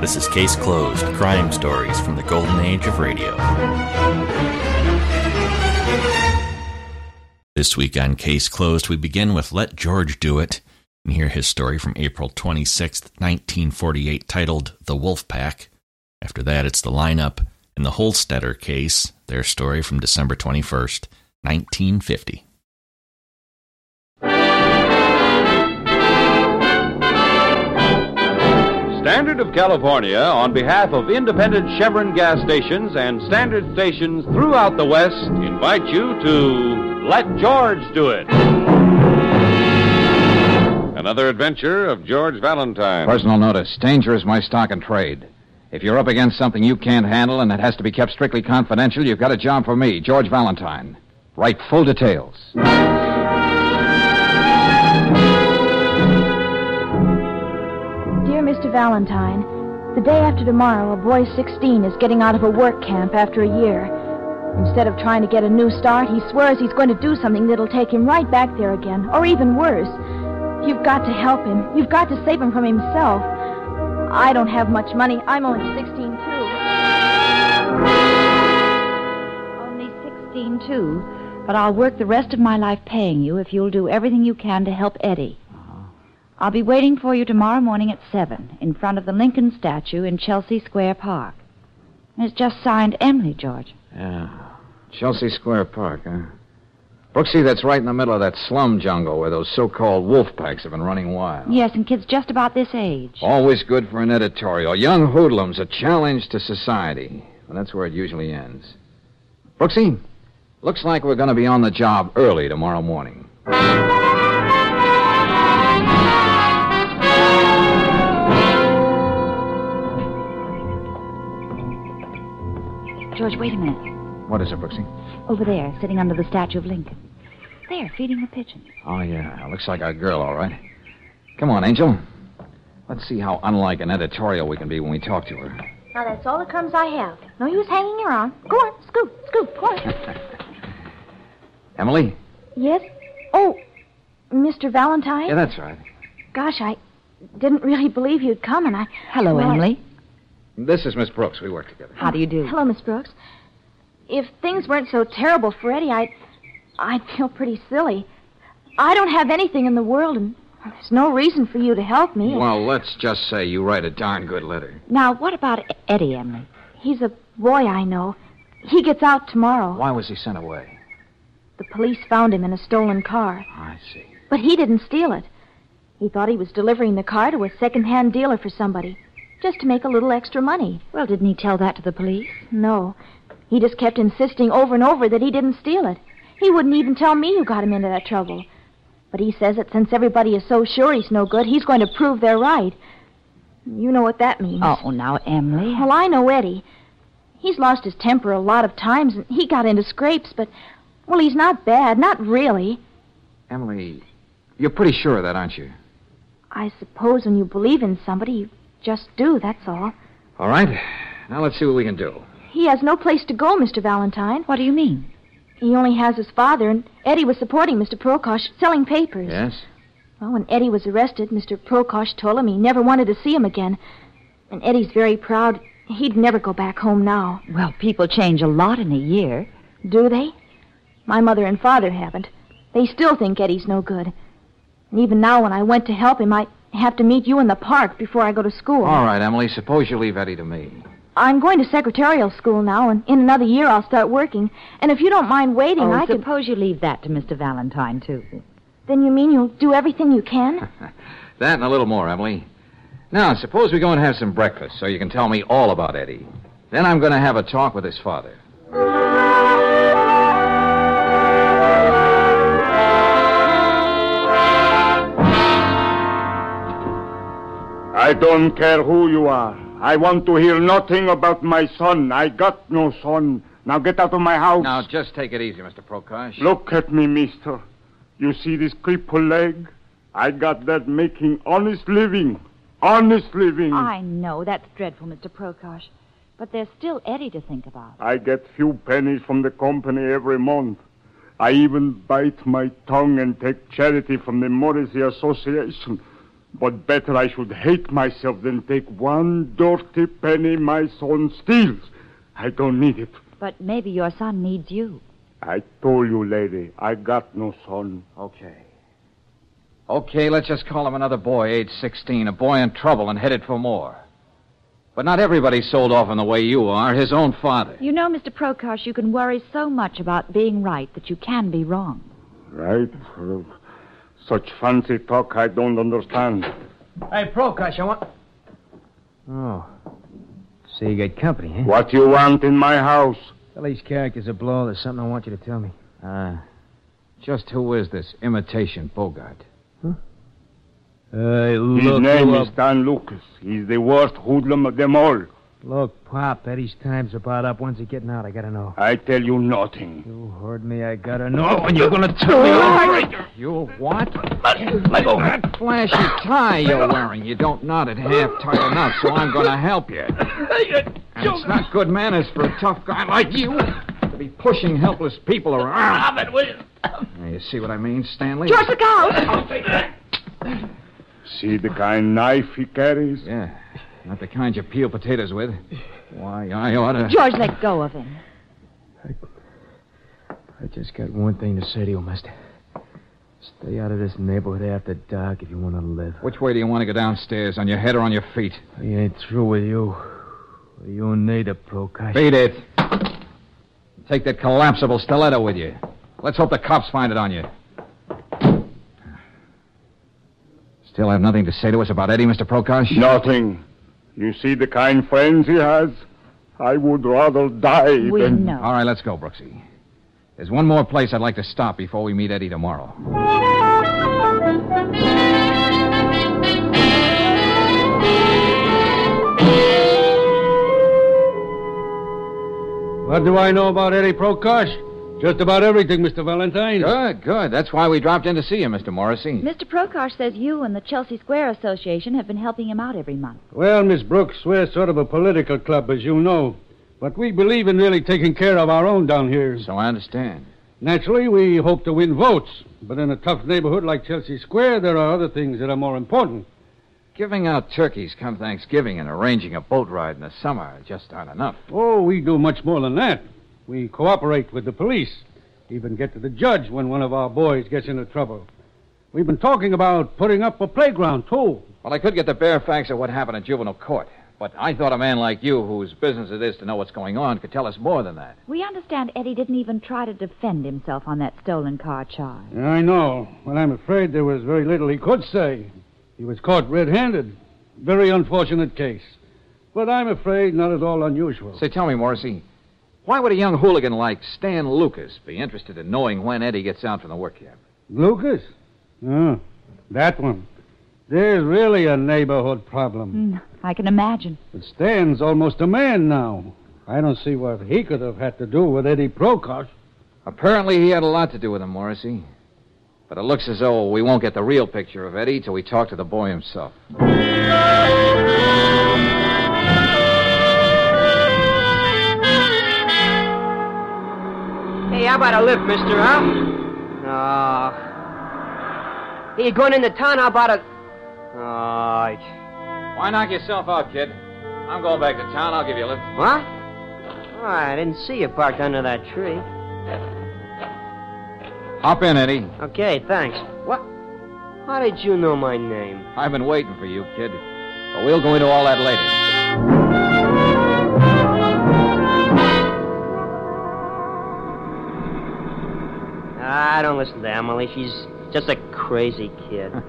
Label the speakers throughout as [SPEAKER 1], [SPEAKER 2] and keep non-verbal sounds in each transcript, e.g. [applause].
[SPEAKER 1] This is Case Closed Crime Stories from the Golden Age of Radio. This week on Case Closed, we begin with Let George Do It and hear his story from April 26, 1948, titled The Wolf Pack. After that, it's the lineup in the Holstetter case, their story from December 21st, 1950.
[SPEAKER 2] Standard of California, on behalf of independent Chevron gas stations and standard stations throughout the West, invite you to Let George Do It. Another adventure of George Valentine.
[SPEAKER 3] Personal notice. Danger is my stock and trade. If you're up against something you can't handle and it has to be kept strictly confidential, you've got a job for me, George Valentine. Write full details.
[SPEAKER 4] Dear Mr. Valentine, the day after tomorrow, a boy 16 is getting out of a work camp after a year. Instead of trying to get a new start, he swears he's going to do something that'll take him right back there again, or even worse. You've got to help him. You've got to save him from himself. I don't have much money. I'm only 16, too.
[SPEAKER 5] Only 16, too. But I'll work the rest of my life paying you if you'll do everything you can to help Eddie. I'll be waiting for you tomorrow morning at 7 in front of the Lincoln statue in Chelsea Square Park. And it's just signed Emily, George.
[SPEAKER 3] Yeah. Chelsea Square Park, huh? Brooksy, that's right in the middle of that slum jungle where those so called wolf packs have been running wild.
[SPEAKER 5] Yes, and kids just about this age.
[SPEAKER 3] Always good for an editorial. Young hoodlums, a challenge to society. And that's where it usually ends. Brooksy, looks like we're going to be on the job early tomorrow morning.
[SPEAKER 5] George, wait a minute.
[SPEAKER 3] What is it, Brooksy?
[SPEAKER 5] Over there, sitting under the statue of Lincoln. There, feeding the pigeons.
[SPEAKER 3] Oh, yeah. Looks like our girl, all right. Come on, Angel. Let's see how unlike an editorial we can be when we talk to her.
[SPEAKER 4] Now, that's all the crumbs I have. No use hanging around. Go on, scoop, scoop, go on.
[SPEAKER 5] [laughs]
[SPEAKER 3] Emily?
[SPEAKER 4] yes? Oh, Mr. Valentine?
[SPEAKER 3] Yeah, that's right.
[SPEAKER 4] Gosh, I didn't really believe you'd come, and I.
[SPEAKER 5] Hello,
[SPEAKER 4] Well, I-
[SPEAKER 5] Emily.
[SPEAKER 3] This is Miss Brooks. We work together.
[SPEAKER 5] How do you do?
[SPEAKER 4] Hello, Miss Brooks. If things weren't so terrible for Eddie, I'd, I'd feel pretty silly. I don't have anything in the world, and there's no reason for you to help me.
[SPEAKER 3] Well, let's just say you write a darn good letter.
[SPEAKER 5] Now, what about E- Eddie, Emily?
[SPEAKER 4] He's a boy I know. He gets out tomorrow.
[SPEAKER 3] Why was he sent away?
[SPEAKER 4] The police found him in a stolen car,
[SPEAKER 3] I see.
[SPEAKER 4] but he didn't steal it. He thought he was delivering the car to a second-hand dealer for somebody, just to make a little extra money.
[SPEAKER 5] Well, didn't he tell that to the police?
[SPEAKER 4] No, he just kept insisting over and over that he didn't steal it. He wouldn't even tell me who got him into that trouble. But he says that since everybody is so sure he's no good, he's going to prove they're right. You know what that means.
[SPEAKER 5] Oh, now, Emily.
[SPEAKER 4] Well, I know Eddie. He's lost his temper a lot of times, and he got into scrapes, but, well, he's not bad, not really.
[SPEAKER 3] Emily, you're pretty sure of that, aren't you?
[SPEAKER 4] I suppose when you believe in somebody, you just do, that's all.
[SPEAKER 3] All right. Now let's see what we can do.
[SPEAKER 4] He has no place to go, Mr. Valentine.
[SPEAKER 5] What do you mean?
[SPEAKER 4] He only has his father, and Eddie was supporting Mr. Prokosh, selling papers.
[SPEAKER 3] Yes?
[SPEAKER 4] Well, when Eddie was arrested, Mr. Prokosh told him he never wanted to see him again. And Eddie's very proud. He'd never go back home now.
[SPEAKER 5] Well, people change a lot in a year.
[SPEAKER 4] Do they? My mother and father haven't. They still think Eddie's no good. And even now, when I went to help him, I have to meet you in the park before I go to school.
[SPEAKER 3] All right, Emily. Suppose you leave Eddie to me.
[SPEAKER 4] I'm going to secretarial school now, and in another year I'll start working. And if you don't mind waiting,
[SPEAKER 5] Oh,
[SPEAKER 4] I can.
[SPEAKER 5] suppose you leave that to Mr. Valentine, too.
[SPEAKER 4] Then you mean you'll do everything you can?
[SPEAKER 3] That and a little more, Emily. Now, suppose we go and have some breakfast so you can tell me all about Eddie. Then I'm going to have a talk with his father.
[SPEAKER 6] I don't care who you are. I want to hear nothing about my son. I got no son. Now get out of my house.
[SPEAKER 3] Now, just take it easy, Mr. Prokosh.
[SPEAKER 6] Look at me, mister. You see this crippled leg? I got that making honest living. Honest living.
[SPEAKER 5] I know. That's dreadful, Mr. Prokosh. But there's still Eddie to think about.
[SPEAKER 6] I get few pennies from the company every month. I even bite my tongue and take charity from the Morrissey Association. But better I should hate myself than take one dirty penny my son steals. I don't need it.
[SPEAKER 5] But maybe your son needs you.
[SPEAKER 6] I told you, lady, I got no son.
[SPEAKER 3] Okay. Okay, let's just call him another boy, age 16, a boy in trouble and headed for more. But not everybody's sold off in the way you are, his own father.
[SPEAKER 5] You know, Mr. Prokosh, you can worry so much about being right that you can be wrong.
[SPEAKER 6] Right? Such fancy talk I don't understand.
[SPEAKER 7] Hey, Prokosh, I want.
[SPEAKER 8] Oh. So you got company, huh?
[SPEAKER 6] What you want in my house?
[SPEAKER 8] Well, these characters are blow. There's something I want you to tell me.
[SPEAKER 3] Uh, just who is this imitation Bogart?
[SPEAKER 8] Hey,
[SPEAKER 6] His
[SPEAKER 8] look.
[SPEAKER 6] name
[SPEAKER 8] you
[SPEAKER 6] is Dan Lucas. He's the worst hoodlum of them all.
[SPEAKER 8] Look, Pop, Eddie's time's about up. When's he getting out? I gotta know.
[SPEAKER 6] I tell you nothing.
[SPEAKER 8] You heard me. I gotta know. And you're gonna tell me.
[SPEAKER 3] You what? That flashy
[SPEAKER 9] [laughs]
[SPEAKER 3] tie you're wearing. You don't knot it half tight enough, so I'm going to help you. And it's not good manners for a tough guy like you to be pushing helpless people around. Stop it, will you? You see what I mean, Stanley? George, look
[SPEAKER 6] See the kind knife he carries?
[SPEAKER 3] Yeah, not the kind you peel potatoes with. Why, I ought to...
[SPEAKER 5] George, let go of him.
[SPEAKER 8] I just got one thing to say to you, mister. Stay out of this neighborhood after dark if you want to live.
[SPEAKER 3] Which way do you want to go downstairs, on your head or on your feet?
[SPEAKER 8] We ain't through with you. You need a Prokosh.
[SPEAKER 3] Beat it. Take that collapsible stiletto with you. Let's hope the cops find it on you. Still have nothing to say to us about Eddie, Mr. Prokosh?
[SPEAKER 6] Nothing. You see the kind friends he has? I would rather die
[SPEAKER 5] We
[SPEAKER 6] than.
[SPEAKER 5] know.
[SPEAKER 3] All right, let's go, Brooksy. There's one more place I'd like to stop before we meet Eddie tomorrow.
[SPEAKER 7] What do I know about Eddie Prokosh? Just about everything, Mr. Valentine.
[SPEAKER 3] Good, good. That's why we dropped in to see you, Mr.
[SPEAKER 7] Mm.
[SPEAKER 3] Morrissey.
[SPEAKER 5] Mr. Prokosh says you and the Chelsea Square Association have been helping him out every month.
[SPEAKER 7] Well, Miss Brooks, we're sort of a political club, as you know. But we believe in really taking care of our own down here.
[SPEAKER 3] So I understand.
[SPEAKER 7] Naturally, we hope to win votes. But in a tough neighborhood like Chelsea Square, there are other things that are more important.
[SPEAKER 3] Giving out turkeys come Thanksgiving and arranging a boat ride in the summer just aren't enough.
[SPEAKER 7] Oh, we do much more than that. We cooperate with the police, even get to the judge when one of our boys gets into trouble. We've been talking about putting up a playground, too.
[SPEAKER 3] Well, I could get the bare facts of what happened at juvenile court, but I thought a man like you, whose business it is to know what's going on, could tell us more than that.
[SPEAKER 5] We understand Eddie didn't even try to defend himself on that stolen car charge.
[SPEAKER 7] Yeah, I know, but I'm afraid there was very little he could say. He was caught red handed. Very unfortunate case. But I'm afraid not at all unusual.
[SPEAKER 3] Say, tell me, Morrissey, why would a young hooligan like Stan Lucas be interested in knowing when Eddie gets out from the work camp?
[SPEAKER 7] Lucas?
[SPEAKER 5] Hmm.
[SPEAKER 7] Oh, that one. There's really a neighborhood problem.
[SPEAKER 5] Hmm. I can imagine.
[SPEAKER 7] But Stan's almost a man now. I don't see what he could have had to do with Eddie Prokosh.
[SPEAKER 3] Apparently, he had a lot to do with him, Morrissey. But it looks as though we won't get the real picture of Eddie till we talk to the boy himself.
[SPEAKER 9] Hey, how about a lift, mister, huh? Ah. hey, you going into town? How about a... Alright.
[SPEAKER 3] Why knock yourself out, kid? I'm going back to town. I'll give you a lift.
[SPEAKER 9] What? Oh, I didn't see you parked under that tree.
[SPEAKER 3] Hop in, Eddie.
[SPEAKER 9] Okay, thanks. What? How did you know my name?
[SPEAKER 3] I've been waiting for you, kid. But we'll go into all that later.
[SPEAKER 9] Ah, I don't listen to Emily. She's just a crazy kid.
[SPEAKER 3] [laughs]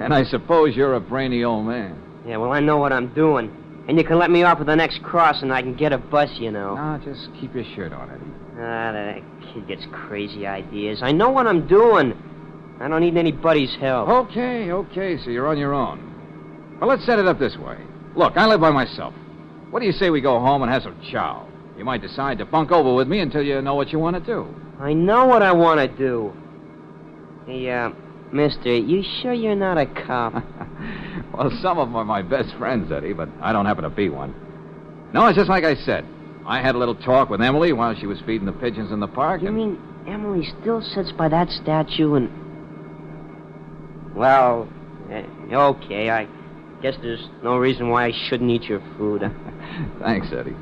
[SPEAKER 3] And I suppose you're a brainy old man.
[SPEAKER 9] yeah, well, I know what I'm doing. And you can let me off at the next cross and I can get a bus, you know.
[SPEAKER 3] Ah, just keep your shirt on, Eddie.
[SPEAKER 9] Ah, that kid gets crazy ideas. I know what I'm doing. I don't need anybody's help.
[SPEAKER 3] Okay, okay, so you're on your own. Well, let's set it up this way. Look, I live by myself. What do you say we go home and have some chow? You might decide to bunk over with me until you know what you want to do.
[SPEAKER 9] I know what I want to do. Hey, uh, mister, you sure you're not a cop?
[SPEAKER 3] [laughs] well, some of them are my best friends, Eddie, but I don't happen to be one. No, it's just like I said. I had a little talk with Emily while she was feeding the pigeons in the park.
[SPEAKER 9] you
[SPEAKER 3] and-
[SPEAKER 9] mean Emily still sits by that statue and. Well, Eh, Okay, I guess there's no reason why I shouldn't eat your food.
[SPEAKER 3] [laughs] Thanks, Eddie.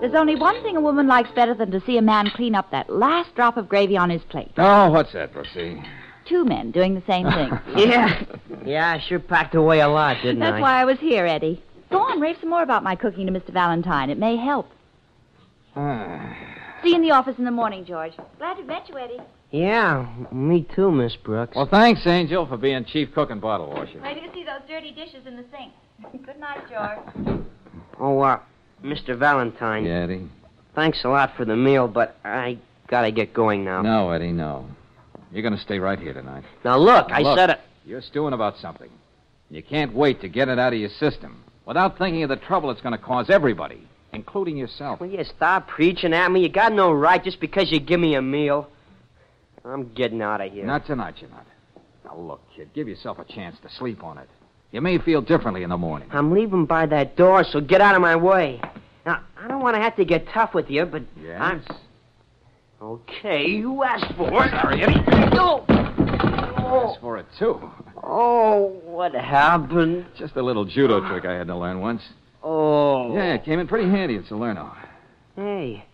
[SPEAKER 5] There's only one thing a woman likes better than to see a man clean up that last drop of gravy on his plate.
[SPEAKER 3] Oh, what's that, Rosie?
[SPEAKER 5] Two men doing the same thing.
[SPEAKER 9] yeah. Yeah, I sure packed away a lot, didn't
[SPEAKER 5] That's
[SPEAKER 9] I?
[SPEAKER 5] why I was here, Eddie. Go on, rave some more about my cooking to Mr. Valentine. It may help.
[SPEAKER 3] Ah.
[SPEAKER 5] See you in the office in the morning, George. Glad to met you, Eddie.
[SPEAKER 9] Yeah, me too, Miss Brooks.
[SPEAKER 3] Well, thanks, Angel, for being chief cook and bottle washer.
[SPEAKER 5] Ready to see those dirty dishes in the sink. [laughs] Good night, George.
[SPEAKER 9] Oh, uh, Mr. Valentine,
[SPEAKER 3] Yeah, Eddie.
[SPEAKER 9] thanks a lot for the meal, but I gotta get going now.
[SPEAKER 3] No, Eddie, no. You're going to stay right here tonight.
[SPEAKER 9] Now, look, I
[SPEAKER 3] Look.
[SPEAKER 9] said it.
[SPEAKER 3] You're stewing about something. You can't wait to get it out of your system without thinking of the trouble it's going to cause everybody, including yourself.
[SPEAKER 9] Will you stop preaching at me? You got no right just because you give me a meal. I'm getting out of here.
[SPEAKER 3] Not tonight, you're not. Now, look, kid, give yourself a chance to sleep on it. You may feel differently in the morning.
[SPEAKER 9] I'm leaving by that door, so get out of my way. Now, I don't want to have to get tough with you, but I'm. Okay, you asked for it.
[SPEAKER 3] Sorry, Eddie.
[SPEAKER 9] No.
[SPEAKER 3] Asked
[SPEAKER 9] Oh,
[SPEAKER 3] for it, too.
[SPEAKER 9] oh, what happened?
[SPEAKER 3] Just a little judo trick I had to learn once.
[SPEAKER 9] Oh.
[SPEAKER 3] Yeah, it came in pretty handy at Salerno.
[SPEAKER 9] Hey.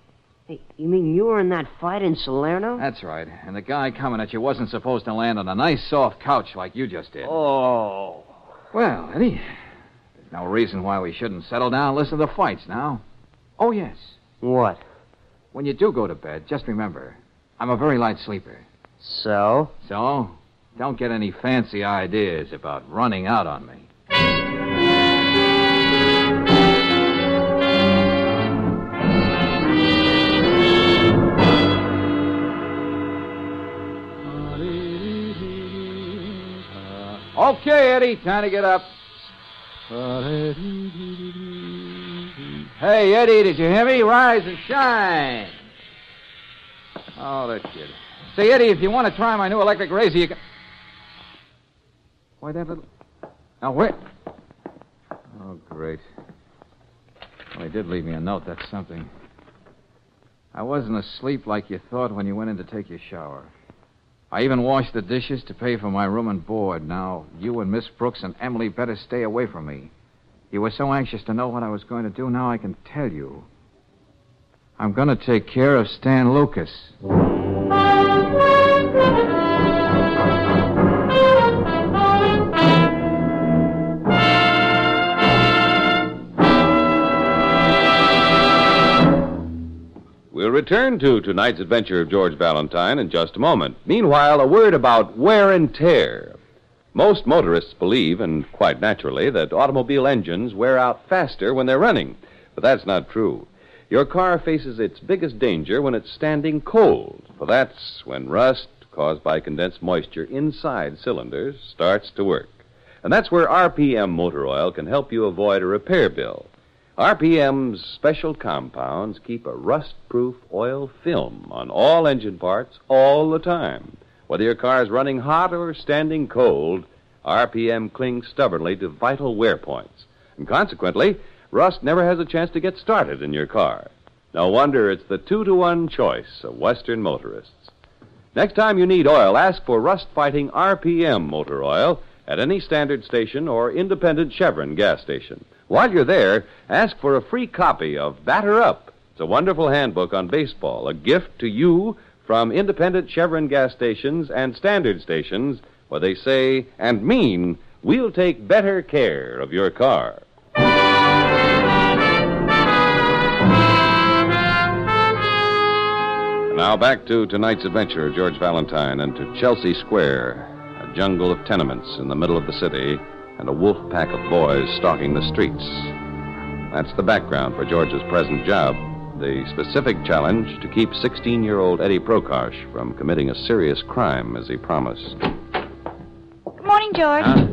[SPEAKER 9] Hey, you mean you were in that fight in Salerno?
[SPEAKER 3] That's right. And the guy coming at you wasn't supposed to land on a nice soft couch like you just did.
[SPEAKER 9] Oh.
[SPEAKER 3] Well, Eddie, there's no reason why we shouldn't settle down and listen to the fights now. Oh, yes.
[SPEAKER 9] What?
[SPEAKER 3] When you do go to bed, just remember, I'm a very light sleeper.
[SPEAKER 9] So?
[SPEAKER 3] So, don't get any fancy ideas about running out on me. Okay, Eddie, time to get up. Hey, Eddie, did you hear me? Rise and shine. Oh, that kid. Say, Eddie, if you want to try my new electric razor, you can. Why, that little. Now, where? Oh, great. Well, he did leave me a note. That's something. I wasn't asleep like you thought when you went in to take your shower. I even washed the dishes to pay for my room and board. Now, you and Miss Brooks and Emily better stay away from me. You were so anxious to know what I was going to do, now I can tell you. I'm going to take care of Stan Lucas.
[SPEAKER 2] We'll return to tonight's adventure of George Valentine in just a moment. Meanwhile, a word about wear and tear. Most motorists believe, and quite naturally, that automobile engines wear out faster when they're running. But that's not true. Your car faces its biggest danger when it's standing cold, for that's when rust caused by condensed moisture inside cylinders starts to work. And that's where RPM motor oil can help you avoid a repair bill. RPM's special compounds keep a rust proof oil film on all engine parts all the time. Whether your car is running hot or standing cold, RPM clings stubbornly to vital wear points. And consequently, rust never has a chance to get started in your car. No wonder it's the two to one choice of Western motorists. Next time you need oil, ask for rust fighting RPM motor oil at any standard station or independent Chevron gas station. While you're there, ask for a free copy of Batter Up. It's a wonderful handbook on baseball, a gift to you from independent Chevron gas stations and standard stations where they say and mean we'll take better care of your car. Now back to tonight's adventure of George Valentine and to Chelsea Square, a jungle of tenements in the middle of the city, and a wolf pack of boys stalking the streets. That's the background for George's present job. The specific challenge to keep 16 year old Eddie Prokosh from committing a serious crime as he promised.
[SPEAKER 5] Good morning, George.
[SPEAKER 3] Huh?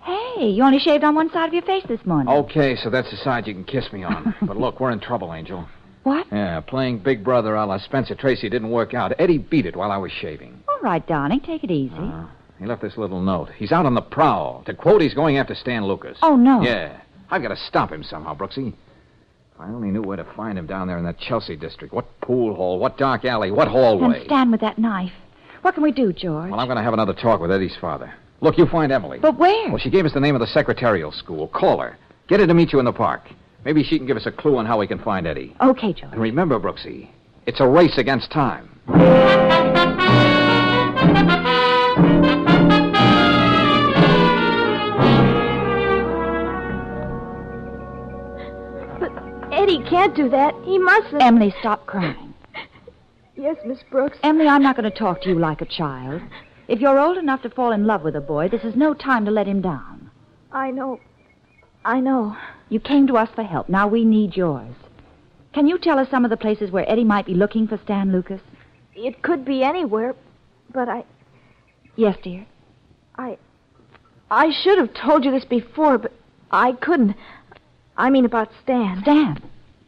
[SPEAKER 5] Hey, you only shaved on one side of your face this morning.
[SPEAKER 3] Okay, so that's the side you can kiss me [laughs] on. But look, we're in trouble, Angel.
[SPEAKER 5] What?
[SPEAKER 3] Yeah, playing Big Brother a la Spencer Tracy didn't work out. Eddie beat it while I was shaving.
[SPEAKER 5] All right, darling. Take it easy.
[SPEAKER 3] Ah. He left this little note. He's out on the prowl. To quote, he's going after Stan Lucas.
[SPEAKER 5] oh, no.
[SPEAKER 3] Yeah. I've got to stop him somehow, Brooksy. If I only knew where to find him down there in that Chelsea district. What pool hall? What dark alley? What
[SPEAKER 5] And
[SPEAKER 3] hallway?
[SPEAKER 5] stand with that knife. What can we do, George?
[SPEAKER 3] Well, I'm going to have another talk with Eddie's father. Look, you find Emily.
[SPEAKER 5] But where?
[SPEAKER 3] Well, she gave us the name of the secretarial school. Call her. Get her to meet you in the park. Maybe she can give us a clue on how we can find Eddie.
[SPEAKER 5] Okay, George.
[SPEAKER 3] And remember, Brooksy, it's a race against time.
[SPEAKER 4] Eddie can't do that. He mustn't.
[SPEAKER 5] Emily, stop crying.
[SPEAKER 4] Yes, Miss Brooks.
[SPEAKER 5] Emily, I'm not going to talk to you like a child. If you're old enough to fall in love with a boy, this is no time to let him down.
[SPEAKER 4] I know. I know.
[SPEAKER 5] You came to us for help. Now we need yours. Can you tell us some of the places where Eddie might be looking for Stan Lucas?
[SPEAKER 4] It could be anywhere, but I
[SPEAKER 5] Yes, dear.
[SPEAKER 4] I I should have told you this before, but I couldn't. I mean about Stan.
[SPEAKER 5] Stan.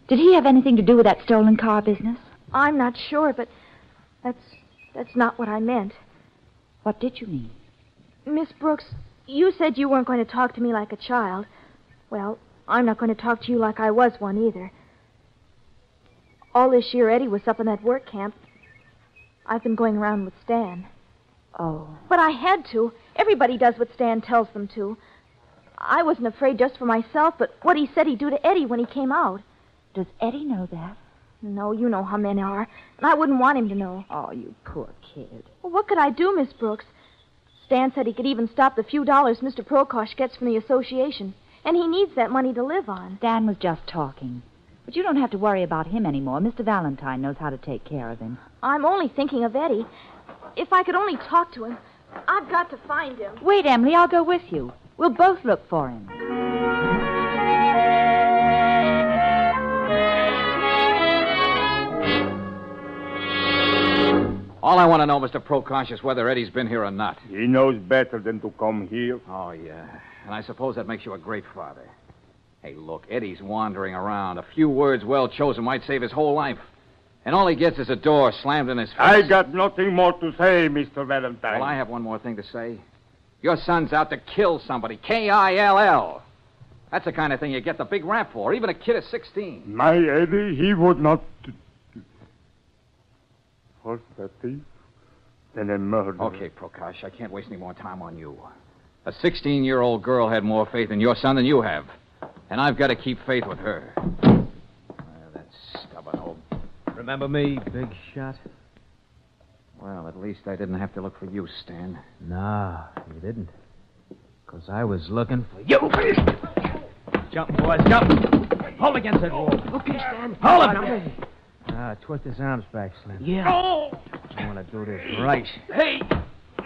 [SPEAKER 5] Did he have anything to do with that stolen car business?
[SPEAKER 4] I'm not sure, but that's that's not what I meant.
[SPEAKER 5] What did you mean?
[SPEAKER 4] Miss Brooks, you said you weren't going to talk to me like a child. Well, I'm not going to talk to you like I was one either. All this year, Eddie was up in that work camp. I've been going around with Stan.
[SPEAKER 5] Oh.
[SPEAKER 4] But I had to. Everybody does what Stan tells them to. I wasn't afraid just for myself, but what he said he'd do to Eddie when he came out.
[SPEAKER 5] Does Eddie know that?
[SPEAKER 4] No, you know how men are, and I wouldn't want him to know.
[SPEAKER 5] Oh, you poor kid.
[SPEAKER 4] Well, what could I do, Miss Brooks? Stan said he could even stop the few dollars Mr. Prokosh gets from the association, and he needs that money to live on.
[SPEAKER 5] Stan was just talking. But you don't have to worry about him anymore. Mr. Valentine knows how to take care of him.
[SPEAKER 4] I'm only thinking of Eddie. If I could only talk to him, I've got to find him.
[SPEAKER 5] Wait, Emily, I'll go with you. We'll both look for him.
[SPEAKER 3] All I want to know, Mr. Prokosh, is whether Eddie's been here or not.
[SPEAKER 6] He knows better than to come here.
[SPEAKER 3] Oh, yeah. And I suppose that makes you a great father. Hey, look, Eddie's wandering around. A few words well chosen might save his whole life. And all he gets is a door slammed in his face.
[SPEAKER 6] I got nothing more to say, Mr. Valentine.
[SPEAKER 3] Well, I have one more thing to say. Your son's out to kill somebody. K I L L. That's the kind of thing you get the big rap for, even a kid of 16.
[SPEAKER 6] My Eddie, he would not. First a thief, then a murderer.
[SPEAKER 3] Okay, Prokash, I can't waste any more time on you. A 16 year old girl had more faith in your son than you have. And I've got to keep faith with her. Well, that stubborn old.
[SPEAKER 8] Remember me, big shot?
[SPEAKER 3] Well, at least I didn't have to look for you, Stan.
[SPEAKER 8] No, you didn't. Because I was looking for you. Jump, boys, jump. Hold against that wall.
[SPEAKER 9] Okay, Stan.
[SPEAKER 8] Hold him. Ah, twist his arms back, Slim.
[SPEAKER 9] Yeah.
[SPEAKER 8] I want to do this right.
[SPEAKER 9] Oh, Hey.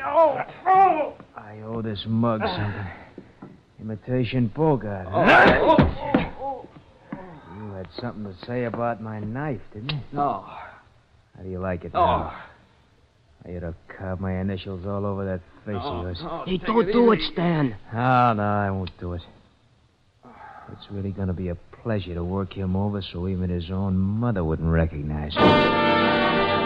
[SPEAKER 9] Oh. Oh.
[SPEAKER 8] I owe this mug something. Imitation Bogart. huh?
[SPEAKER 7] Oh.
[SPEAKER 8] You had something to say about my knife, didn't you?
[SPEAKER 3] No.
[SPEAKER 8] How do you like it?
[SPEAKER 3] Oh.
[SPEAKER 8] now? I ought to carve my initials all over that face of yours. Oh.
[SPEAKER 9] Hey, don't do it, Stan.
[SPEAKER 8] no, I won't do it. It's really going to be a pleasure to work him over so even his own mother wouldn't recognize him.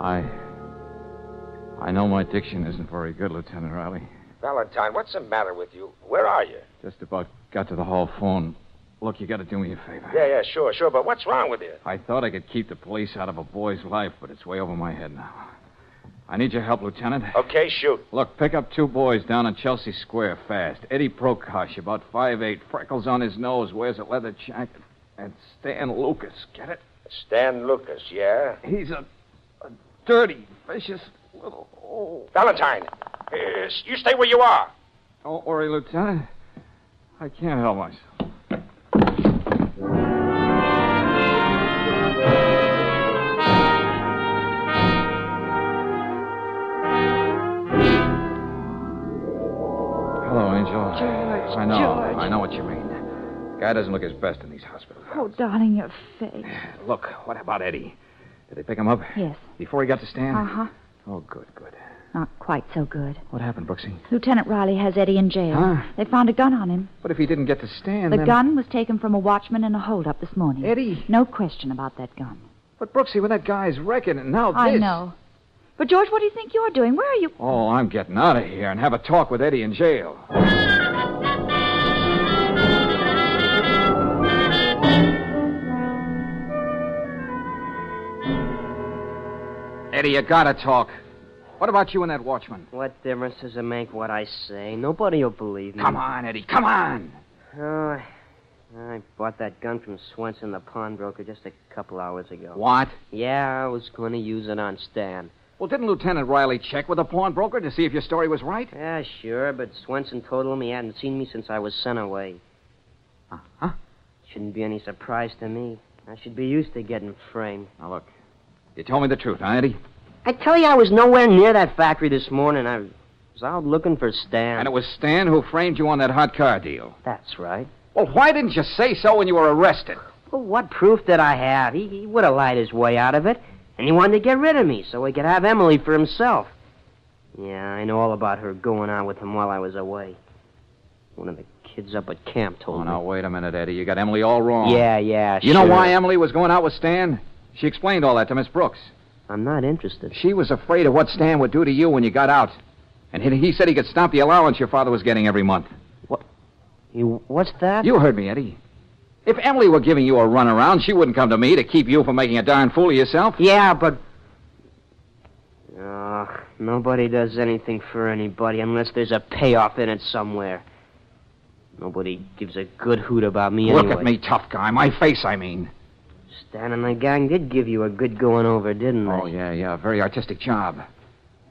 [SPEAKER 3] I. I know my diction isn't very good, Lieutenant Riley.
[SPEAKER 10] Valentine, what's the matter with you? Where are you?
[SPEAKER 3] Just about got to the hall phone. Look, you got to do me a favor.
[SPEAKER 10] Yeah, yeah, sure, sure, but what's wrong with you?
[SPEAKER 3] I thought I could keep the police out of a boy's life, but it's way over my head now. I need your help, Lieutenant.
[SPEAKER 10] Okay, shoot.
[SPEAKER 3] Look, pick up two boys down on Chelsea Square fast. Eddie Prokosh, about five eight, freckles on his nose, wears a leather jacket. And Stan Lucas, get it?
[SPEAKER 10] Stan Lucas, yeah?
[SPEAKER 3] He's a, a dirty, vicious little. Oh.
[SPEAKER 10] Valentine, uh, you stay where you are.
[SPEAKER 3] Don't worry, Lieutenant. Oh, I can't help myself. Hello, Angel.
[SPEAKER 5] George,
[SPEAKER 3] I know.
[SPEAKER 5] George.
[SPEAKER 3] I know what you mean. Guy doesn't look his best in these hospitals.
[SPEAKER 5] Oh, darling, your face.
[SPEAKER 3] Look, what about Eddie? Did they pick him up?
[SPEAKER 5] Yes.
[SPEAKER 3] Before he got to stand?
[SPEAKER 5] Uh huh.
[SPEAKER 3] Oh, good, good.
[SPEAKER 5] Not quite so good.
[SPEAKER 3] What happened, Brooksy?
[SPEAKER 5] Lieutenant Riley has Eddie in jail.
[SPEAKER 3] Huh?
[SPEAKER 5] They found a gun on him.
[SPEAKER 3] But if he didn't get to stand,
[SPEAKER 5] The
[SPEAKER 3] then...
[SPEAKER 5] gun was taken from a watchman in a holdup this morning.
[SPEAKER 3] Eddie.
[SPEAKER 5] No question about that gun.
[SPEAKER 3] But Brooksy, with that guy's record and now
[SPEAKER 5] I
[SPEAKER 3] Oh, this.
[SPEAKER 5] know. But, George, what do you think you're doing? Where are you?
[SPEAKER 3] Oh, I'm getting out of here and have a talk with Eddie in jail. Eddie, you gotta talk. What about you and that watchman?
[SPEAKER 9] What difference does it make what I say? Nobody will believe me.
[SPEAKER 3] Come on, Eddie, come on!
[SPEAKER 9] Oh, I- I bought that gun from Swenson, the pawnbroker, just a couple hours ago.
[SPEAKER 3] What?
[SPEAKER 9] Yeah, I was going to use it on Stan.
[SPEAKER 3] Well, didn't Lieutenant Riley check with the pawnbroker to see if your story was right?
[SPEAKER 9] Yeah, sure, but Swenson told him he hadn't seen me since I was sent away.
[SPEAKER 3] Huh?
[SPEAKER 9] Shouldn't be any surprise to me. I should be used to getting framed.
[SPEAKER 3] Now, look, you told me the truth, huh, Eddie?
[SPEAKER 9] I tell you, I was nowhere near that factory this morning. I was out looking for Stan.
[SPEAKER 3] And it was Stan who framed you on that hot car deal.
[SPEAKER 9] That's right.
[SPEAKER 3] Well, why didn't you say so when you were arrested?
[SPEAKER 9] Well, what proof did I have? He, he would have lied his way out of it, and he wanted to get rid of me so he could have Emily for himself. Yeah, I know all about her going on with him while I was away. One of the kids up at camp told me.
[SPEAKER 3] Oh, now, wait a minute, Eddie. You got Emily all wrong.
[SPEAKER 9] Yeah, yeah.
[SPEAKER 3] Oh. You know
[SPEAKER 9] sure.
[SPEAKER 3] why Emily was going out with Stan? She explained all that to Miss Brooks.
[SPEAKER 9] I'm not interested.
[SPEAKER 3] She was afraid of what Stan would do to you when you got out. And he he said he could stop the allowance your father was getting every month.
[SPEAKER 9] You, what's that?
[SPEAKER 3] You heard me, Eddie. If Emily were giving you a runaround, she wouldn't come to me to keep you from making a darn fool of yourself.
[SPEAKER 9] Yeah, but. Oh, nobody does anything for anybody unless there's a payoff in it somewhere. Nobody gives a good hoot about me
[SPEAKER 3] Look
[SPEAKER 9] anyway.
[SPEAKER 3] at me, tough guy. My face, I mean.
[SPEAKER 9] Stan and the gang did give you a good going over, didn't they?
[SPEAKER 3] Oh, yeah, yeah. Very artistic job.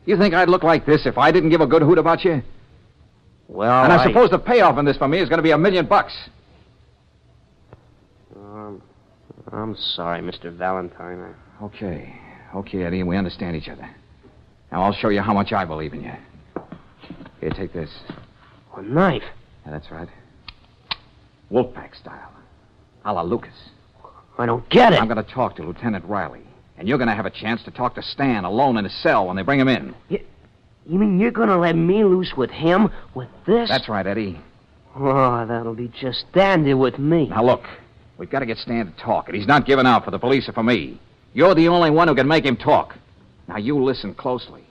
[SPEAKER 3] You think I'd look like this if I didn't give a good hoot about you?
[SPEAKER 9] Well,
[SPEAKER 3] and I, suppose the payoff on this for me is going to be a million bucks.
[SPEAKER 9] Um, I'm sorry, Mr. Valentine. I-
[SPEAKER 3] Okay. Okay, Eddie, we understand each other. Now I'll show you how much I believe in you. Here, take this.
[SPEAKER 9] A knife.
[SPEAKER 3] Yeah, that's right. Wolfpack style. A la Lucas.
[SPEAKER 9] I don't get it.
[SPEAKER 3] I'm going to talk to Lieutenant Riley. And you're going to have a chance to talk to Stan alone in his cell when they bring him in.
[SPEAKER 9] You mean you're going to let me loose with him? With this?
[SPEAKER 3] That's right, Eddie.
[SPEAKER 9] Oh, that'll be just dandy with me.
[SPEAKER 3] Now, look. We've got to get Stan to talk, and he's not giving out for the police or for me. You're the only one who can make him talk. Now, you listen closely.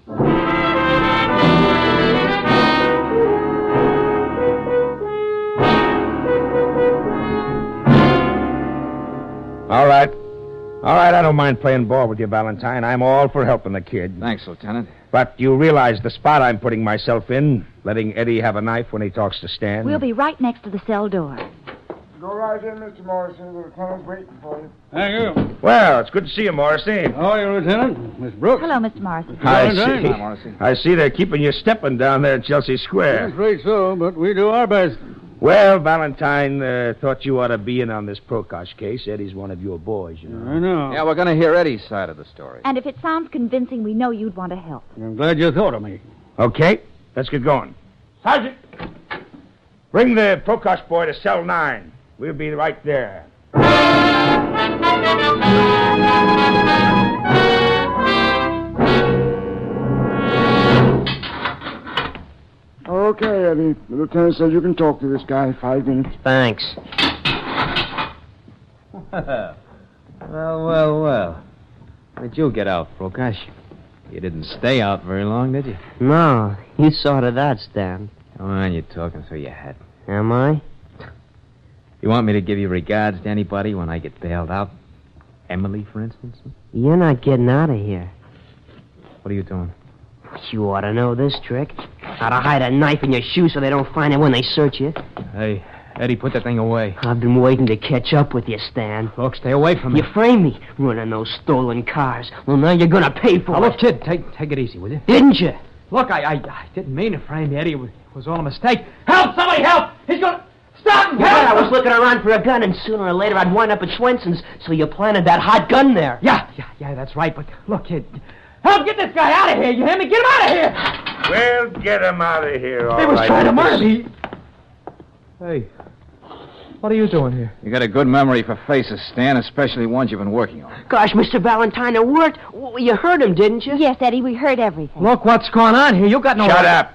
[SPEAKER 11] All right. All right, I don't mind playing ball with you, Valentine. I'm all for helping the kid.
[SPEAKER 3] Thanks, Lieutenant.
[SPEAKER 11] But you realize the spot I'm putting myself in, letting Eddie have a knife when he talks to Stan.
[SPEAKER 5] We'll be right next to the cell door.
[SPEAKER 12] Go right in, Mr. Morrison. The lieutenant's waiting for you.
[SPEAKER 7] Thank you.
[SPEAKER 11] Well, it's good to see you, Morrissey.
[SPEAKER 7] How are you, Lieutenant? Miss Brooks.
[SPEAKER 5] Hello, Mr. Morrison.
[SPEAKER 11] I
[SPEAKER 7] Valentine.
[SPEAKER 11] see.
[SPEAKER 7] Hi, Morrissey.
[SPEAKER 11] I see they're keeping you stepping down there at Chelsea Square.
[SPEAKER 7] I'm afraid so, but we do our best.
[SPEAKER 11] Well, Valentine uh, thought you ought to be in on this Prokosh case. Eddie's one of your boys, you know.
[SPEAKER 7] I know.
[SPEAKER 3] Yeah, we're going to hear Eddie's side of the story.
[SPEAKER 5] And if it sounds convincing, we know you'd want to help.
[SPEAKER 7] I'm glad you thought of me.
[SPEAKER 11] Okay, let's get going. Sergeant, bring the Prokosh boy to cell nine. We'll be right there.
[SPEAKER 12] Okay, Eddie. The lieutenant says you can talk to this guy five minutes.
[SPEAKER 9] Thanks. oh.
[SPEAKER 8] well, well, well. How'd you get out, Prokash? You didn't stay out very long, did you?
[SPEAKER 9] No, you saw to that, Stan.
[SPEAKER 8] Come on, you're talking through your head.
[SPEAKER 9] Am I?
[SPEAKER 8] You want me to give you regards to anybody when I get bailed out? Emily, for instance?
[SPEAKER 9] You're not getting out of here.
[SPEAKER 8] What are you doing?
[SPEAKER 9] You ought to know this trick. How to hide a knife in your shoe so they don't find it when they search you.
[SPEAKER 8] Hey, Eddie, put that thing away.
[SPEAKER 9] I've been waiting to catch up with you, Stan.
[SPEAKER 8] Look, stay away from me.
[SPEAKER 9] You framed me running those stolen cars. Well, now you're going to pay for
[SPEAKER 8] Now,
[SPEAKER 9] it.
[SPEAKER 8] look, kid, take, take it easy, will you?
[SPEAKER 9] Didn't you?
[SPEAKER 8] Look, I, I, I didn't mean to frame you, Eddie. It was, it was all a mistake. Help! Somebody help! He's gonna... Stop him!
[SPEAKER 9] Yeah,
[SPEAKER 8] Help!
[SPEAKER 9] I was looking around for a gun, and sooner or later I'd wind up at Swenson's, so you planted that hot gun there.
[SPEAKER 8] Yeah, yeah, yeah, that's right. But look, kid. Help get this guy out of here. You hear me? Get him out of here.
[SPEAKER 11] Well, get him out of here, all
[SPEAKER 8] He was
[SPEAKER 11] right.
[SPEAKER 8] trying to murder me. Hey, what are you doing here?
[SPEAKER 3] You got a good memory for faces, Stan, especially ones you've been working on.
[SPEAKER 9] Gosh, Mr. Valentine, it worked. W- You heard him, didn't you?
[SPEAKER 5] Yes, Eddie, we heard everything.
[SPEAKER 8] Look what's going on here. You got no.
[SPEAKER 11] Shut up.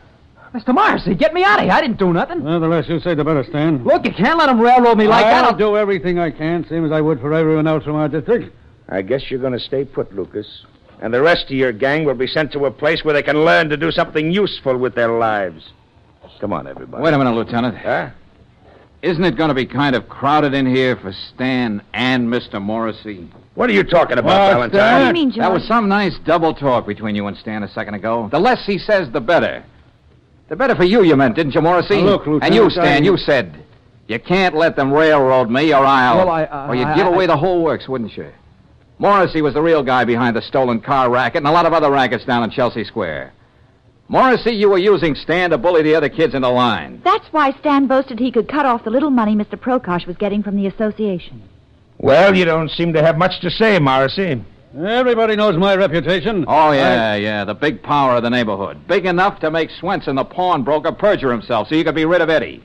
[SPEAKER 8] Mr. Morrissey, get me out of here. I didn't do nothing.
[SPEAKER 7] Well, the less you say, the better, Stan.
[SPEAKER 8] Look, you can't let him railroad me like
[SPEAKER 7] I'll
[SPEAKER 8] that. I'll...
[SPEAKER 7] do everything I can, same as I would for everyone else from our district.
[SPEAKER 11] I guess you're going to stay put, Lucas. And the rest of your gang will be sent to a place where they can learn to do something useful with their lives. Come on, everybody.
[SPEAKER 3] Wait a minute, Lieutenant. Huh? Isn't it going to be kind of crowded in here for Stan and Mr. Morrissey?
[SPEAKER 11] What are you talking about, Valentine?
[SPEAKER 3] Stan?
[SPEAKER 11] What do you mean,
[SPEAKER 3] That
[SPEAKER 11] George?
[SPEAKER 3] was some nice double talk between you and Stan a second ago. The less he says, the better. The better for you, you meant, didn't you, Morrissey?
[SPEAKER 7] Now, look,
[SPEAKER 3] And you,
[SPEAKER 7] Lieutenant,
[SPEAKER 3] Stan,
[SPEAKER 7] I-
[SPEAKER 3] you said you can't let them railroad me or I'll.
[SPEAKER 7] Well, I- uh,
[SPEAKER 3] or you'd
[SPEAKER 7] I-
[SPEAKER 3] give
[SPEAKER 7] I-
[SPEAKER 3] away the whole works, wouldn't you? Morrissey was the real guy behind the stolen car racket and a lot of other rackets down in Chelsea Square. Morrissey, you were using Stan to bully the other kids into line.
[SPEAKER 5] That's why Stan boasted he could cut off the little money Mr. Prokosh was getting from the association.
[SPEAKER 11] Well, you don't seem to have much to say, Morrissey.
[SPEAKER 3] Everybody knows my reputation. Oh, yeah, yeah. The big power of the neighborhood. Big enough to make Swenson, the pawnbroker, perjure himself so you could be rid of Eddie.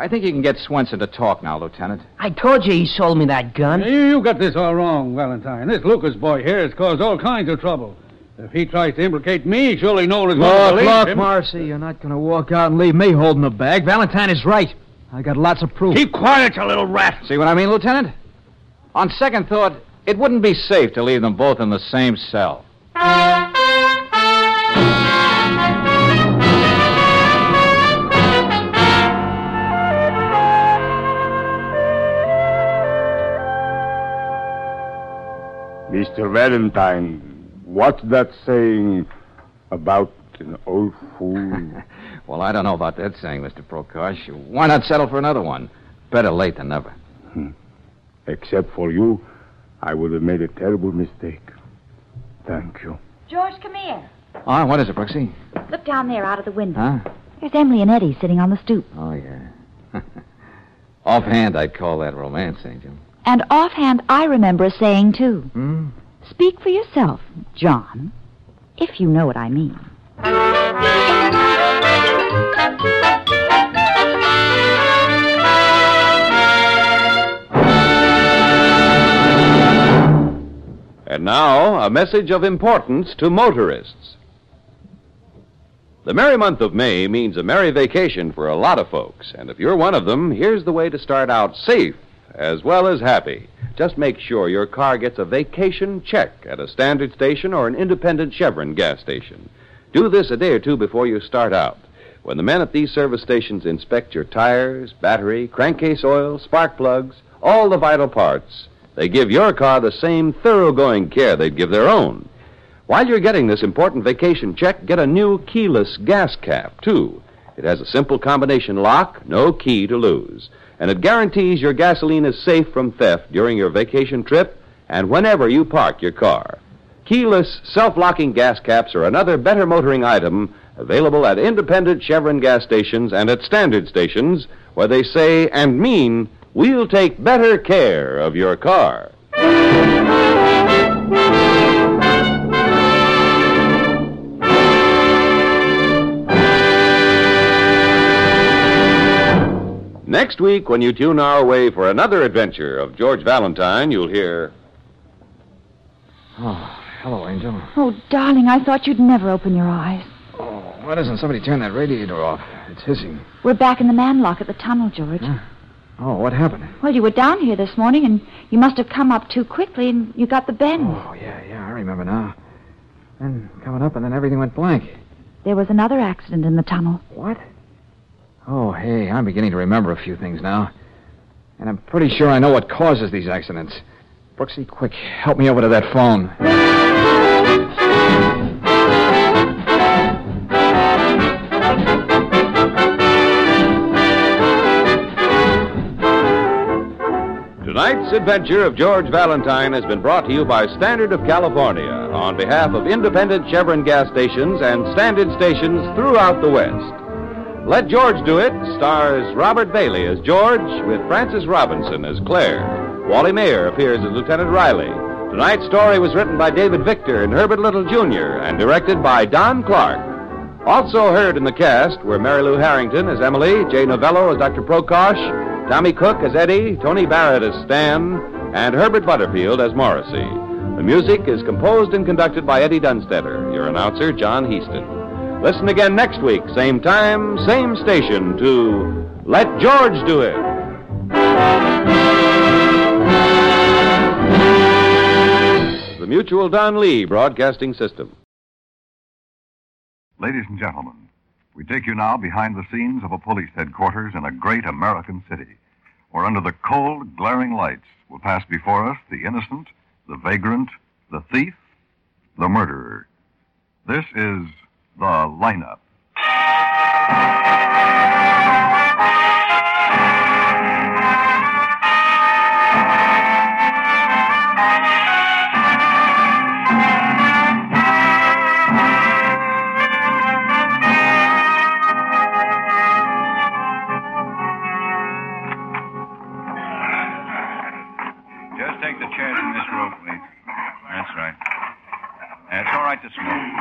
[SPEAKER 3] I think you can get Swenson to talk now, Lieutenant.
[SPEAKER 7] I told you he sold me that gun. You, you got this all wrong, Valentine. This Lucas boy here has caused all kinds of trouble. If he tries to implicate me, surely no one is going to
[SPEAKER 13] Look,
[SPEAKER 7] believe
[SPEAKER 13] look,
[SPEAKER 7] him.
[SPEAKER 13] Morrissey, you're not going to walk out and leave me holding the bag. Valentine is right. I got lots of proof.
[SPEAKER 3] Keep quiet, you little rat. See what I mean, Lieutenant? On second thought, it wouldn't be safe to leave them both in the same cell.
[SPEAKER 6] Mr. Valentine, what's that saying about an old fool?
[SPEAKER 3] Well, I don't know about that saying, Mr. Prokosh. Why not settle for another one? Better late than never.
[SPEAKER 6] Except for you, I would have made a terrible mistake. Thank you.
[SPEAKER 5] George, come here.
[SPEAKER 3] Ah, what is it, Brooksy?
[SPEAKER 5] Look down there out of the window.
[SPEAKER 3] Huh?
[SPEAKER 5] There's Emily and Eddie sitting on the stoop.
[SPEAKER 3] Oh, yeah. [laughs] Offhand, I'd call that romance, Angel.
[SPEAKER 5] And offhand, I remember a saying, too.
[SPEAKER 3] Hmm?
[SPEAKER 5] Speak for yourself, John, if you know what I mean.
[SPEAKER 2] And now, a message of importance to motorists. The merry month of May means a merry vacation for a lot of folks, and if you're one of them, here's the way to start out safe as well as happy. Just make sure your car gets a vacation check at a standard station or an independent Chevron gas station. Do this a day or two before you start out. When the men at these service stations inspect your tires, battery, crankcase oil, spark plugs, all the vital parts, they give your car the same thoroughgoing care they'd give their own. While you're getting this important vacation check, get a new keyless gas cap, too. It has a simple combination lock, no key to lose, and it guarantees your gasoline is safe from theft during your vacation trip and whenever you park your car. Keyless, self locking gas caps are another better motoring item available at independent Chevron gas stations and at standard stations where they say and mean, we'll take better care of your car. Next week, when you tune our way for another adventure of George Valentine, you'll hear.
[SPEAKER 3] Oh, hello, Angel.
[SPEAKER 5] Oh, darling, I thought you'd never open your eyes.
[SPEAKER 3] Oh, Why doesn't somebody turn that radiator off? It's hissing.
[SPEAKER 5] We're back in the manlock at the tunnel, George.
[SPEAKER 3] Oh, what happened?
[SPEAKER 5] Well, you were down here this morning, and you must have come up too quickly, and you got the bend.
[SPEAKER 3] Oh, yeah, yeah, I remember now. Then coming up, and then everything went blank.
[SPEAKER 5] There was another accident in the tunnel.
[SPEAKER 3] What? Oh, hey, I'm beginning to remember a few things now. And I'm pretty sure I know what causes these accidents. Brooksy, quick, help me over to that phone.
[SPEAKER 2] Tonight's adventure of George Valentine has been brought to you by Standard of California on behalf of independent Chevron gas stations and standard stations throughout the West. Let George Do It stars Robert Bailey as George with Francis Robinson as Claire. Wally Mayer appears as Lieutenant Riley. Tonight's story was written by David Victor and Herbert Little Jr. and directed by Don Clark. Also heard in the cast were Mary Lou Harrington as Emily, Jay Novello as Dr. Prokosh, Tommy Cook as Eddie, Tony Barrett as Stan, and Herbert Butterfield as Morrissey. The music is composed and conducted by Eddie Dunstetter, your announcer, John Heaston. Listen again next week, same time, same station, to Let George Do It. the Mutual Don Lee Broadcasting System.
[SPEAKER 14] Ladies and gentlemen, we take you now behind the scenes of a police headquarters in a great American city, where under the cold, glaring lights will pass before us the innocent, the vagrant, the thief, the murderer. This is The Lineup.
[SPEAKER 15] Just take the chairs in this row, please. That's right. Uh, It's all right to smoke.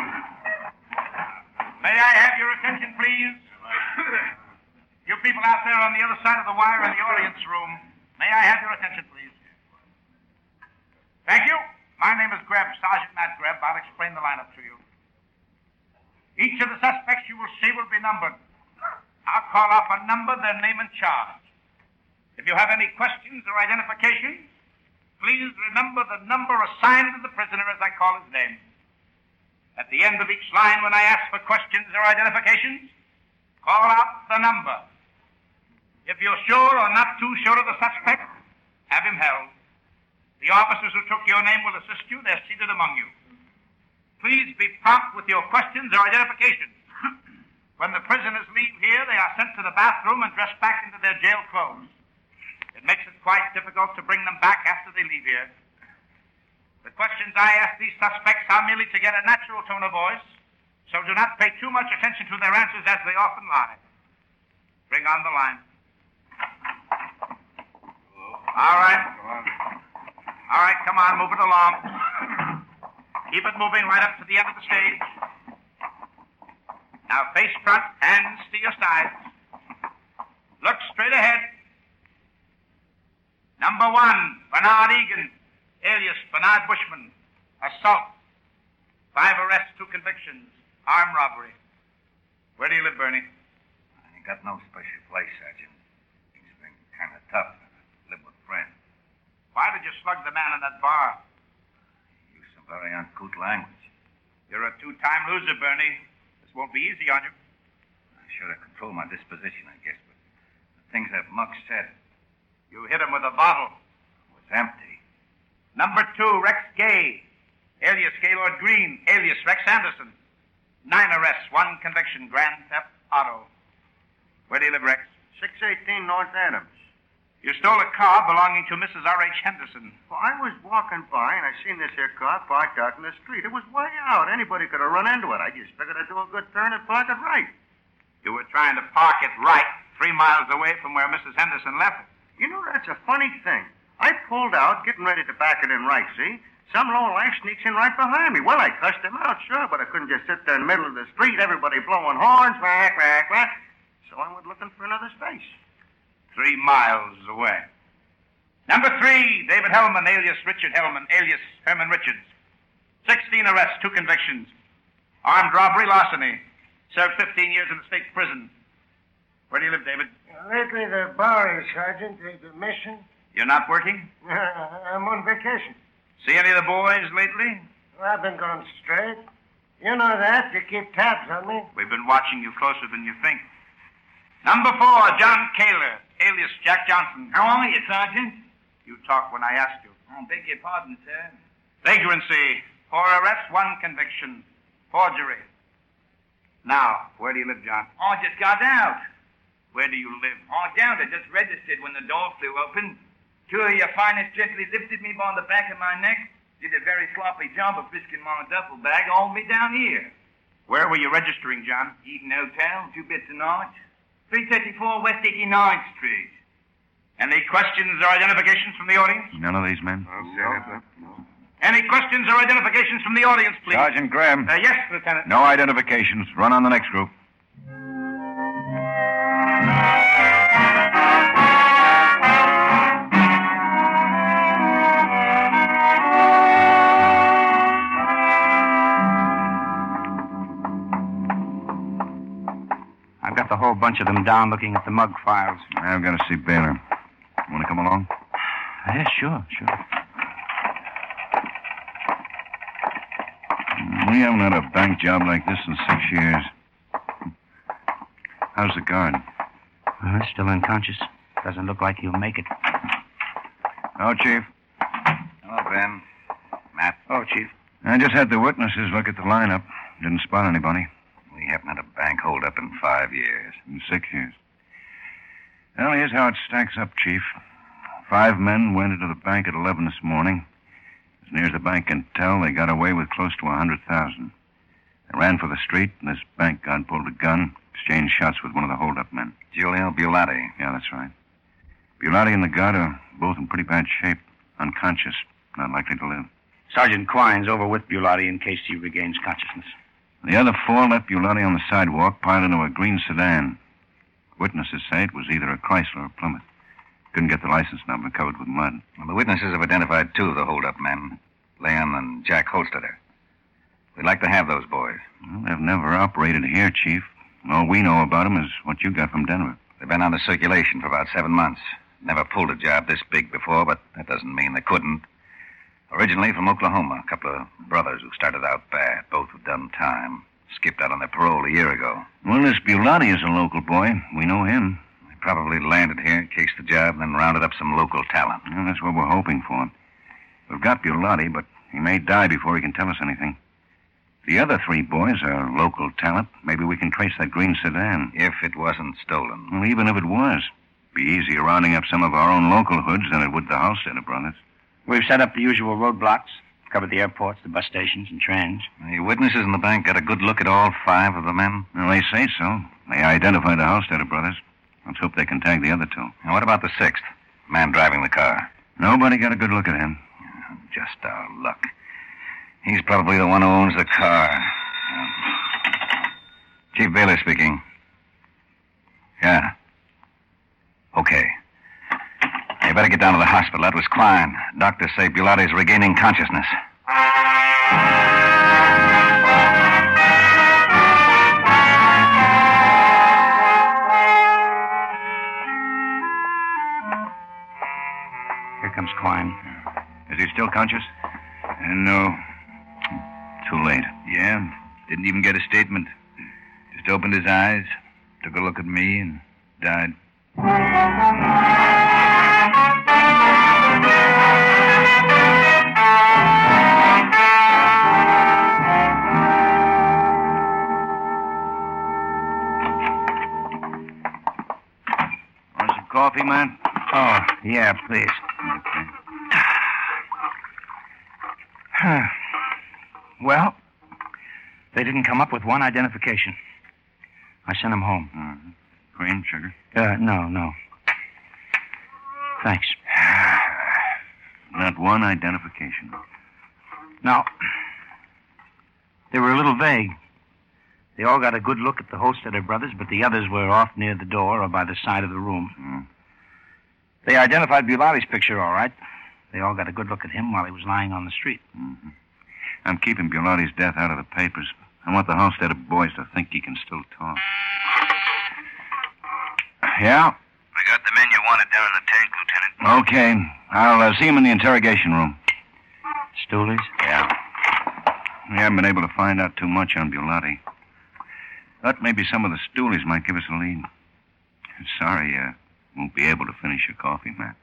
[SPEAKER 16] May I have your attention, please? you people out there on the other side of the wire in the audience room, may I have your attention, please? Thank you. My name is Greb, Sergeant Matt Greb. I'll explain the lineup to you. Each of the suspects you will see will be numbered. I'll call off a number, their name, and charge. If you have any questions or identifications, please remember the number assigned to the prisoner as I call his name. At the end of each line, when I ask for questions or identifications, call out the number. If you're sure or not too sure of the suspect, have him held. The officers who took your name will assist you. They're seated among you. Please be prompt with your questions or identifications. when the prisoners leave here, they are sent to the bathroom and dressed back into their jail clothes. It makes it quite difficult to bring them back after they leave here. The questions I ask these suspects are merely to get a natural tone of voice, so do not pay too much attention to their answers as they often lie. Bring on the line. All right. All right, come on, move it along. Keep it moving right up to the end of the stage. Now face front, hands to your sides. Look straight ahead. Number one, Bernard Egan, alias Bernard Bushman. Assault. Five arrests, two convictions. Armed robbery. Where do you live, Bernie?
[SPEAKER 17] You got no special place, Sergeant. Things have been kind of tough. Live with friends.
[SPEAKER 16] Why did you slug the man in that bar?
[SPEAKER 17] Use some very uncouth language.
[SPEAKER 16] You're a two-time loser, Bernie. This won't be easy on you.
[SPEAKER 17] I should have controlled my disposition, I guess, but the things that muck said
[SPEAKER 16] You hit him with a bottle.
[SPEAKER 17] was empty.
[SPEAKER 16] Number two, Rex Gay, alias Gaylord Green, alias Rex Anderson. Nine arrests, one conviction, grand theft auto. Where do you live, Rex?
[SPEAKER 18] 618 North Adams.
[SPEAKER 16] You stole a car belonging to Mrs. R.H. Henderson.
[SPEAKER 18] Well, I was walking by and I seen this here car parked out in the street. It was way out. Anybody could have run into it. I just figured I'd do a good turn and park it right.
[SPEAKER 16] You were trying to park it right, three miles away from where Mrs. Henderson left it.
[SPEAKER 18] You know, that's a funny thing. I pulled out, getting ready to back it in right, see? Some lowlife sneaks in right behind me. Well, I cussed him out, sure, but I couldn't just sit there in the middle of the street, everybody blowing horns, whack, whack, whack. So I went looking for another space.
[SPEAKER 16] Three miles away. Number three, David Hellman, alias Richard Hellman, alias Herman Richards. 16 arrests, two convictions. Armed robbery, larceny. Served 15 years in the state prison. Where do you live, David?
[SPEAKER 19] Lately, the bar is, Sergeant. The, the mission. [laughs]
[SPEAKER 16] You're not working?
[SPEAKER 19] I'm on vacation.
[SPEAKER 16] See any of the boys lately?
[SPEAKER 19] I've been going straight. You know that. You keep tabs on me.
[SPEAKER 16] We've been watching you closer than you think. Number four, John Kaler, alias Jack Johnson. How are you, Sergeant? You talk when I ask you. I beg your pardon, sir. Vagrancy. Four arrests, one conviction. Forgery. Now, where do you live, John?
[SPEAKER 20] I just got out.
[SPEAKER 16] Where do you live?
[SPEAKER 20] I down. I just registered when the door flew open. Two of your finest gently lifted me by the back of my neck, did a very sloppy job of frisking my duffel bag, hauled me down here.
[SPEAKER 16] Where were you registering, John?
[SPEAKER 20] Eden Hotel, two bits a night. 334 West 89th Street.
[SPEAKER 16] Any questions or identifications from the audience?
[SPEAKER 14] None of these men?
[SPEAKER 17] Oh,
[SPEAKER 16] Any questions or identifications from the audience, please?
[SPEAKER 14] Sergeant Graham.
[SPEAKER 16] Uh, yes, Lieutenant.
[SPEAKER 14] No identifications. Run on the next group.
[SPEAKER 21] I've got the whole bunch of them down looking at the mug files.
[SPEAKER 14] I've got to see Baylor.
[SPEAKER 21] Ah,
[SPEAKER 14] Want to come along?
[SPEAKER 21] Yes, sure, sure.
[SPEAKER 17] We haven't had a bank job like this in six years. How's the guard?
[SPEAKER 21] Uh, still unconscious. Doesn't look like he'll make it.
[SPEAKER 17] Hello, Chief.
[SPEAKER 15] Hello, Ben. Matt. Oh, Chief.
[SPEAKER 17] I just had the witnesses look at the lineup. Didn't spot anybody.
[SPEAKER 15] We haven't had a bank holdup in five years.
[SPEAKER 17] In six years. Well, here's how it stacks up, Chief. Five men went into the bank at 11 this morning. As near as the bank can tell, they got away with close to a 100,000. They ran for the street, and this bank guard pulled a gun, exchanged shots with one of the holdup men.
[SPEAKER 15] Julio Bulati.
[SPEAKER 17] Yeah, that's right. Bulati and the guard are both in pretty bad shape, unconscious, not likely to live.
[SPEAKER 21] Sergeant Quine's over with Bulati in case he regains consciousness.
[SPEAKER 17] The other four left Bulati on the sidewalk, piled into a green sedan. Witnesses say it was either a Chrysler or a Plymouth. Couldn't get the license number covered with mud.
[SPEAKER 15] Well, the witnesses have identified two of the holdup men, Leon and Jack Holstetter. We'd like to have those boys.
[SPEAKER 17] Well, they've never operated here, Chief. All we know about them is what you got from Denver.
[SPEAKER 15] They've been out of circulation for about seven months. Never pulled a job this big before, but that doesn't mean they couldn't. Originally from Oklahoma, a couple of brothers who started out bad. Both have done time. Skipped out on their parole a year ago.
[SPEAKER 17] Well, this Bulati is a local boy. We know him.
[SPEAKER 15] They probably landed here, cased the job, and then rounded up some local talent.
[SPEAKER 17] Well, that's what we're hoping for. We've got Bulati, but he may die before he can tell us anything. The other three boys are local talent. Maybe we can trace that green sedan.
[SPEAKER 15] If it wasn't stolen.
[SPEAKER 17] Well, even if it was, it'd be easier rounding up some of our own local hoods than it would the Halstead brothers.
[SPEAKER 21] We've set up the usual roadblocks, covered the airports, the bus stations, and trains.
[SPEAKER 15] The witnesses in the bank got a good look at all five of the men.
[SPEAKER 17] Well, they say so. They identified the Halstead brothers. Let's hope they can tag the other two.
[SPEAKER 15] Now, what about the sixth? Man driving the car.
[SPEAKER 17] Nobody got a good look at him.
[SPEAKER 15] Just our luck. He's probably the one who owns the car. Um, Chief Baylor speaking. Yeah. Okay. You better get down to the hospital. That was Klein. Doctors say Bulati's regaining consciousness.
[SPEAKER 21] Here comes Klein.
[SPEAKER 17] Is he still conscious? Uh, no. Too late.
[SPEAKER 15] Yeah. Didn't even get a statement. Just opened his eyes, took a look at me, and died.
[SPEAKER 17] Want some coffee, man?
[SPEAKER 21] Oh, yeah, please. [sighs] well, they didn't come up with one identification. I sent him home.
[SPEAKER 17] Cream, Mm-hmm. sugar.
[SPEAKER 21] Uh, no, no. Thanks.
[SPEAKER 17] [sighs] Not one identification.
[SPEAKER 21] Now, they were a little vague. They all got a good look at the Holstetter brothers, but the others were off near the door or by the side of the room.
[SPEAKER 17] Hmm.
[SPEAKER 21] They identified Bulati's picture, all right. They all got a good look at him while he was lying on the street.
[SPEAKER 17] I'm keeping Bulati's death out of the papers. I want the Halstead boys to think he can still talk. Yeah?
[SPEAKER 15] We got the men you wanted down in the tank, Lieutenant.
[SPEAKER 17] Okay. I'll uh, see him in the interrogation room.
[SPEAKER 21] Stoolies?
[SPEAKER 17] Yeah. We haven't been able to find out too much on Bulati. Thought maybe some of the stoolies might give us a lead. Sorry, uh, won't be able to finish your coffee, Matt.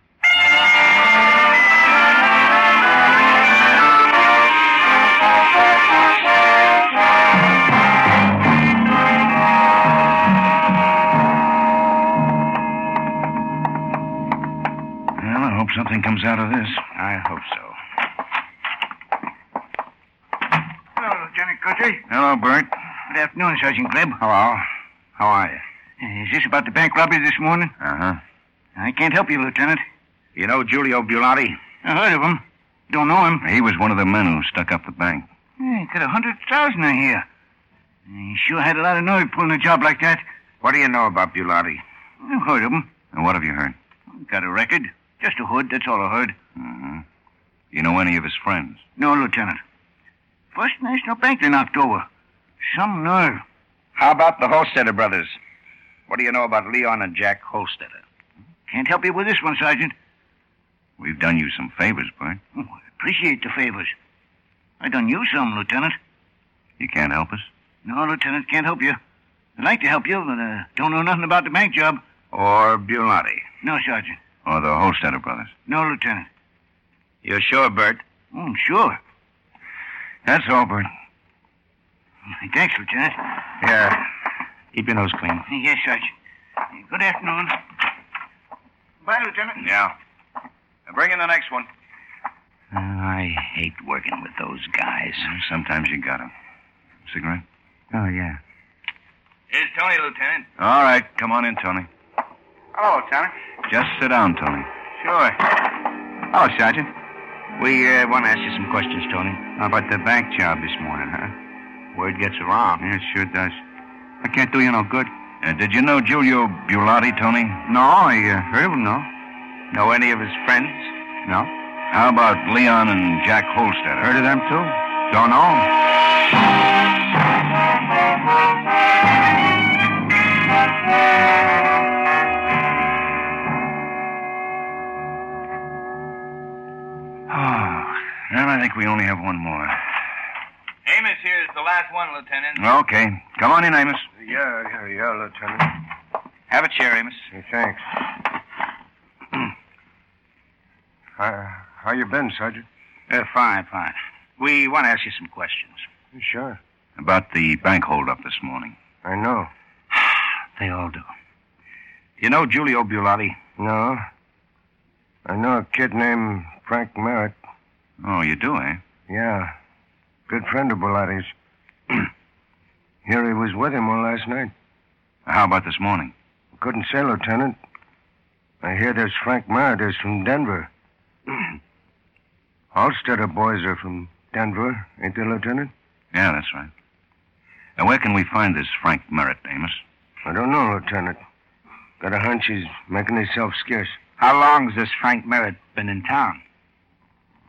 [SPEAKER 17] Well, I hope something comes out of this.
[SPEAKER 21] I hope so.
[SPEAKER 15] Hello, Lieutenant Guthrie.
[SPEAKER 17] Hello, Bert.
[SPEAKER 15] Good afternoon, Sergeant Gleb.
[SPEAKER 21] Hello. How are you? Uh-huh.
[SPEAKER 15] Is this about the bank robbery this morning?
[SPEAKER 17] Uh huh.
[SPEAKER 15] I can't help you, Lieutenant.
[SPEAKER 21] You know Giulio Bulati?
[SPEAKER 15] I heard of him. Don't know him.
[SPEAKER 17] He was one of the men who stuck up the bank.
[SPEAKER 15] Hey, got a hundred thousand, I hear. He sure had a lot of nerve pulling a job like that.
[SPEAKER 21] What do you know about Bulati?
[SPEAKER 15] I heard of him.
[SPEAKER 17] And what have you heard?
[SPEAKER 15] Got a record. Just a hood, that's all I heard.
[SPEAKER 21] Mm-hmm.
[SPEAKER 17] Uh-huh. You know any of his friends?
[SPEAKER 15] No, Lieutenant. First National Bank they knocked over. Some nerve.
[SPEAKER 21] How about the Holstetter brothers? What do you know about Leon and Jack Holstetter?
[SPEAKER 15] Can't help you with this one, Sergeant.
[SPEAKER 17] We've done you some favors, Bert.
[SPEAKER 15] Oh, I appreciate the favors. I done you some, Lieutenant.
[SPEAKER 17] You can't help us?
[SPEAKER 21] No, Lieutenant, can't help you. I'd like to help you, but uh, don't know nothing about the bank job.
[SPEAKER 17] Or Bulati?
[SPEAKER 21] No, Sergeant.
[SPEAKER 17] Or the Holstetter brothers?
[SPEAKER 21] No, Lieutenant.
[SPEAKER 17] You're sure, Bert?
[SPEAKER 21] Oh, sure.
[SPEAKER 17] That's all, Bert.
[SPEAKER 21] Thanks, Lieutenant.
[SPEAKER 17] Yeah. Keep your nose clean.
[SPEAKER 21] Yes, Sergeant. Good afternoon. Bye, Lieutenant.
[SPEAKER 15] Yeah. Now bring in the next one.
[SPEAKER 17] Oh,
[SPEAKER 21] Ah,
[SPEAKER 17] I hate working with those guys. Sometimes you got 'em. Cigarette?
[SPEAKER 21] Oh, yeah.
[SPEAKER 20] Here's Tony, Lieutenant.
[SPEAKER 17] All right, come on in, Tony.
[SPEAKER 21] Hello, Lieutenant.
[SPEAKER 17] Just sit down, Tony.
[SPEAKER 21] Sure.
[SPEAKER 17] Hello, Oh, Sergeant.
[SPEAKER 21] We uh, want to ask you some questions, Tony.
[SPEAKER 17] How about the bank job this morning, huh? Word gets around. Yeah, it sure does. I can't do you no good. Uh, did you know Giulio Bulati, Tony? No, I uh, heard of him, no. Know any of his friends? No. How about Leon and Jack Holstead? Heard of them, too? Don't know. [sighs] Well, I think we only have one more.
[SPEAKER 20] Amos here is the last one, Lieutenant.
[SPEAKER 17] Okay. Come on in, Amos.
[SPEAKER 19] Yeah, yeah, yeah, Lieutenant.
[SPEAKER 17] Have a chair, Amos.
[SPEAKER 19] thanks. uh, how you been, Sergeant?
[SPEAKER 21] Uh, fine, fine. We want to ask you some questions.
[SPEAKER 19] Sure.
[SPEAKER 17] About the bank holdup this morning. [sighs]
[SPEAKER 19] I know.
[SPEAKER 21] They all do.
[SPEAKER 17] You know Giulio Bulati?
[SPEAKER 19] No. I know a kid named Frank Merritt.
[SPEAKER 17] Oh, you do, eh?
[SPEAKER 19] Yeah. Good friend of Bulati's. [clears throat] Here he was with him all last night.
[SPEAKER 17] How about this morning?
[SPEAKER 19] Couldn't say, Lieutenant. I hear this Frank Merritt is from Denver. [clears throat] Holstetter boys are from Denver, ain't they, Lieutenant?
[SPEAKER 17] Yeah, that's right. Now, where can we find this Frank Merritt, Amos?
[SPEAKER 19] I don't know, Lieutenant. Got a hunch he's making himself scarce.
[SPEAKER 21] How long's this Frank Merritt been in town?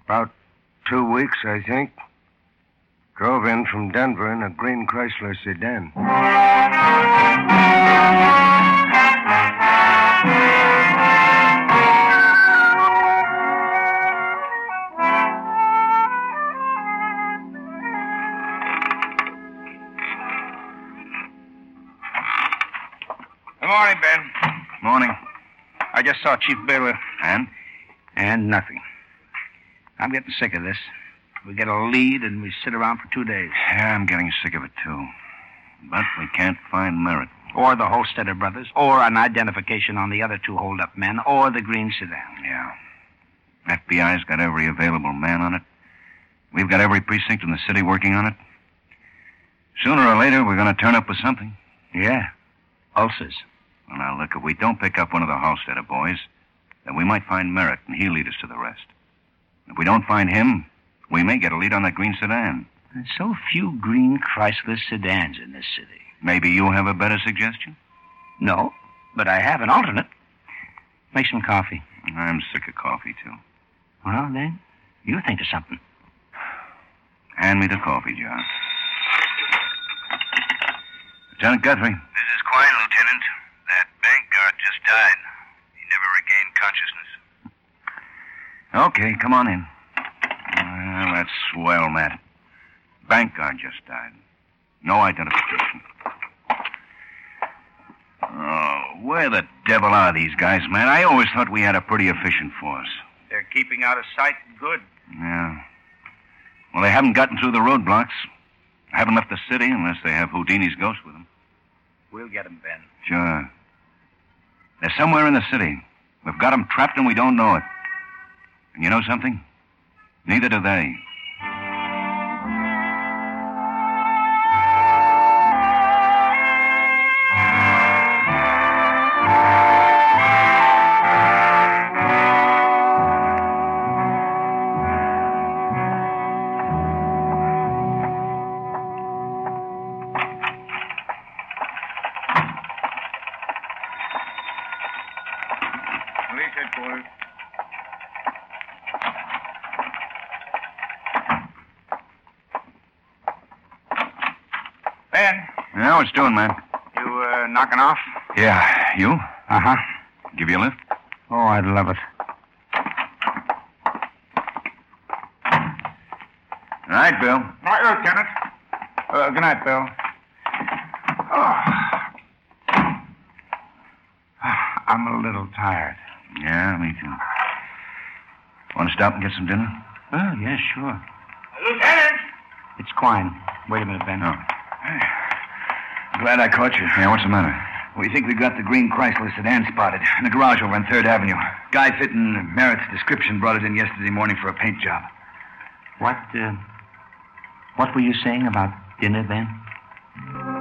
[SPEAKER 19] About two weeks, I think. Drove in from Denver in a green Chrysler sedan.
[SPEAKER 21] Good morning, Ben.
[SPEAKER 17] Morning.
[SPEAKER 21] I just saw Chief Baylor.
[SPEAKER 17] And?
[SPEAKER 21] And nothing. I'm getting sick of this. We get a lead and we sit around for two days.
[SPEAKER 17] Yeah, I'm getting sick of it, too. But we can't find Merritt.
[SPEAKER 21] Or the Holstetter brothers, or an identification on the other two holdup men, or the green sedan.
[SPEAKER 17] Yeah. FBI's got every available man on it. We've got every precinct in the city working on it. Sooner or later, we're going to turn up with something.
[SPEAKER 21] Yeah. Ulcers.
[SPEAKER 17] Well, now, look, if we don't pick up one of the Halstetter boys, then we might find Merritt, and he'll lead us to the rest. If we don't find him, we may get a lead on that green sedan.
[SPEAKER 21] There's so few green Chrysler sedans in this city.
[SPEAKER 17] Maybe you have a better suggestion?
[SPEAKER 21] No, but I have an alternate. Make some coffee.
[SPEAKER 17] I'm sick of coffee, too.
[SPEAKER 21] Well, then, you think of something.
[SPEAKER 17] Hand me the coffee jar. Lieutenant Guthrie.
[SPEAKER 15] This is Quine, Lieutenant. That bank guard just died. He never regained consciousness.
[SPEAKER 17] Okay, come on in. Well, that's swell, Matt. Bank guard just died. No identification. Oh, where the devil are these guys, Matt? I always thought we had a pretty efficient force.
[SPEAKER 21] They're keeping out of sight and good.
[SPEAKER 17] Yeah. Well, they haven't gotten through the roadblocks. Haven't left the city unless they have Houdini's ghost with them.
[SPEAKER 21] We'll get them, Ben.
[SPEAKER 17] Sure. They're somewhere in the city. We've got them trapped and we don't know it. And you know something? Neither do they.
[SPEAKER 20] Police headquarters. Ben,
[SPEAKER 17] Yeah, what's doing, Matt?
[SPEAKER 21] You, uh, knocking off?
[SPEAKER 17] Yeah, you? Uh-huh.
[SPEAKER 21] Uh huh.
[SPEAKER 17] Give you a lift?
[SPEAKER 21] Oh, I'd love it.
[SPEAKER 17] All right, Bill.
[SPEAKER 16] Right, Lieutenant.
[SPEAKER 15] Uh, good night, Bill.
[SPEAKER 21] I'm a little tired.
[SPEAKER 17] Yeah, me too. Want to stop and get some dinner?
[SPEAKER 21] Oh, yeah, sure.
[SPEAKER 16] Lieutenant!
[SPEAKER 21] It's Quine. Wait a minute, Ben.
[SPEAKER 15] Oh.
[SPEAKER 21] No.
[SPEAKER 17] Glad I caught you. Yeah, what's the matter?
[SPEAKER 21] We think we got the green Chrysler sedan spotted in the garage over on Third Avenue.
[SPEAKER 17] Guy fitting Merritt's description brought it in yesterday morning for a paint job.
[SPEAKER 21] What, uh, what were you saying about dinner, Ben?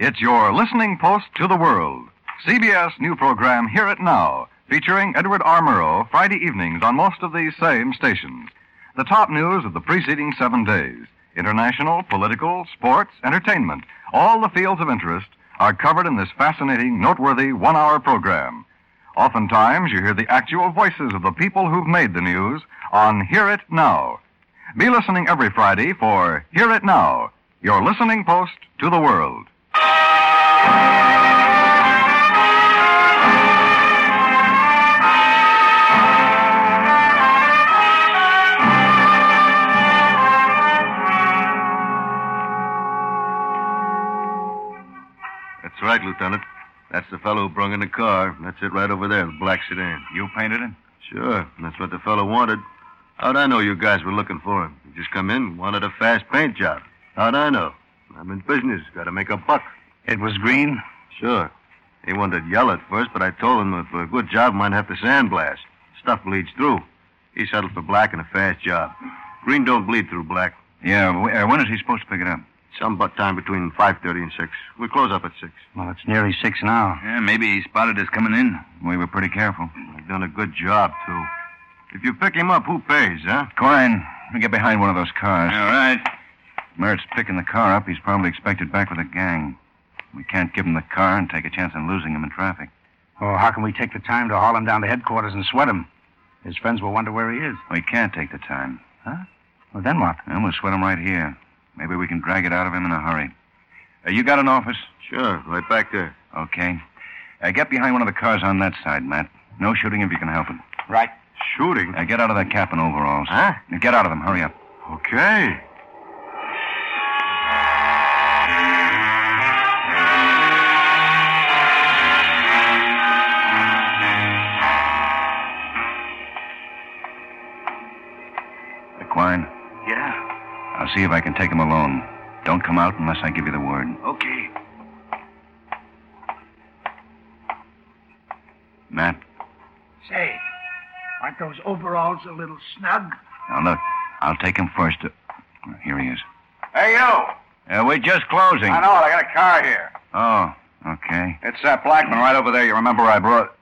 [SPEAKER 14] It's your listening post to the world. CBS new program Hear It Now, featuring Edward R. Murrow, Friday evenings on most of these same stations. The top news of the preceding seven days international, political, sports, entertainment, all the fields of interest are covered in this fascinating, noteworthy one hour program. Oftentimes, you hear the actual voices of the people who've made the news on Hear It Now. Be listening every Friday for Hear It Now, your listening post to the world.
[SPEAKER 1] That's right, Lieutenant. That's the fellow who brung in the car. That's it right over there, the black sedan.
[SPEAKER 17] You painted it?
[SPEAKER 1] Sure, that's what the fellow wanted. How'd I know you guys were looking for him? He just come in, wanted a fast paint job. How'd I know? I'm in business, gotta make a buck.
[SPEAKER 21] It was green?
[SPEAKER 1] Sure. He wanted yellow at first, but I told him that for a good job, might have to sandblast. Stuff bleeds through. He settled for black and a fast job. Green don't bleed through black.
[SPEAKER 17] Yeah, wh- uh, when is he supposed to pick it up?
[SPEAKER 1] Some butt time between 5.30 and 6. We close up at 6.
[SPEAKER 21] Well, it's nearly six now.
[SPEAKER 17] Yeah, maybe he spotted us coming in. We were pretty careful.
[SPEAKER 1] They've done a good job, too. If you pick him up, who pays, huh?
[SPEAKER 17] Corin, we get behind one of those cars.
[SPEAKER 1] All right.
[SPEAKER 17] Merritt's picking the car up. He's probably expected back with the gang. We can't give him the car and take a chance on losing him in traffic.
[SPEAKER 21] Oh, how can we take the time to haul him down to headquarters and sweat him? His friends will wonder where he is.
[SPEAKER 17] We can't take the time.
[SPEAKER 21] Huh? Well, then what?
[SPEAKER 17] Then we'll sweat him right here. Maybe we can drag it out of him in a hurry. Uh, you got an office?
[SPEAKER 1] Sure, right back there.
[SPEAKER 17] Okay. Uh, get behind one of the cars on that side, Matt. No shooting if you can help it.
[SPEAKER 21] Right.
[SPEAKER 1] Shooting?
[SPEAKER 17] Uh, get out of that cap and overalls. Uh,
[SPEAKER 1] Huh?
[SPEAKER 17] Get out of them. Hurry up.
[SPEAKER 1] Okay.
[SPEAKER 17] Quine,
[SPEAKER 15] Yeah.
[SPEAKER 17] I'll see if I can take him alone. Don't come out unless I give you the word.
[SPEAKER 15] Okay.
[SPEAKER 17] Matt,
[SPEAKER 16] Say, aren't those overalls a little snug?
[SPEAKER 17] now look, I'll take him first. to- Here he is.
[SPEAKER 15] Hey, you!
[SPEAKER 17] Uh, we're just closing.
[SPEAKER 15] I know it. I got a car here.
[SPEAKER 17] Oh, okay.
[SPEAKER 15] It's that Blackman right over there. You remember I brought.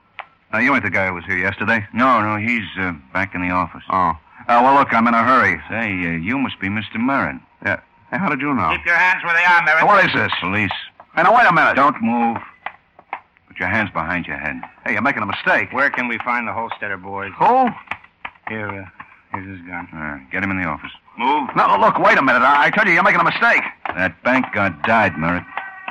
[SPEAKER 17] Uh, you ain't the guy who was here yesterday. No, no, he's uh, back in the office.
[SPEAKER 15] Oh. Uh, well, look, I'm in a hurry.
[SPEAKER 17] Say, uh, you must be Mr. Merritt.
[SPEAKER 15] Yeah. Hey, how did you know?
[SPEAKER 16] Keep your hands where they are, Merritt.
[SPEAKER 15] What is this?
[SPEAKER 17] Police.
[SPEAKER 15] Hey, now, wait a minute.
[SPEAKER 17] Don't move. Put your hands behind your head.
[SPEAKER 15] Hey, you're making a mistake.
[SPEAKER 21] Where can we find the Holsteader boys?
[SPEAKER 15] Who?
[SPEAKER 21] Here, uh, here's his gun.
[SPEAKER 17] Uh, get him in the office.
[SPEAKER 15] Move. No, look, wait a minute. I, I tell you, you're making a mistake.
[SPEAKER 17] That bank guard died, Merritt.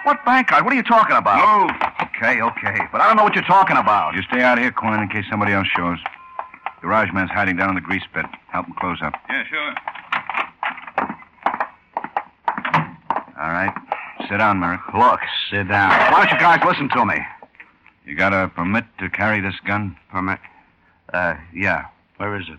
[SPEAKER 15] What bank card? What are you talking about? Move.
[SPEAKER 17] Okay, okay.
[SPEAKER 15] But I don't know what you're talking about.
[SPEAKER 17] You stay out here, Quine, in case somebody else shows. Garage man's hiding down in the grease pit. Help him close up.
[SPEAKER 15] Yeah, sure.
[SPEAKER 17] All right. Sit down, Merritt.
[SPEAKER 15] Look,
[SPEAKER 21] Sit down.
[SPEAKER 15] why don't you guys listen to me?
[SPEAKER 17] You got a permit to carry this gun?
[SPEAKER 15] Permit? Uh, yeah.
[SPEAKER 21] Where is it?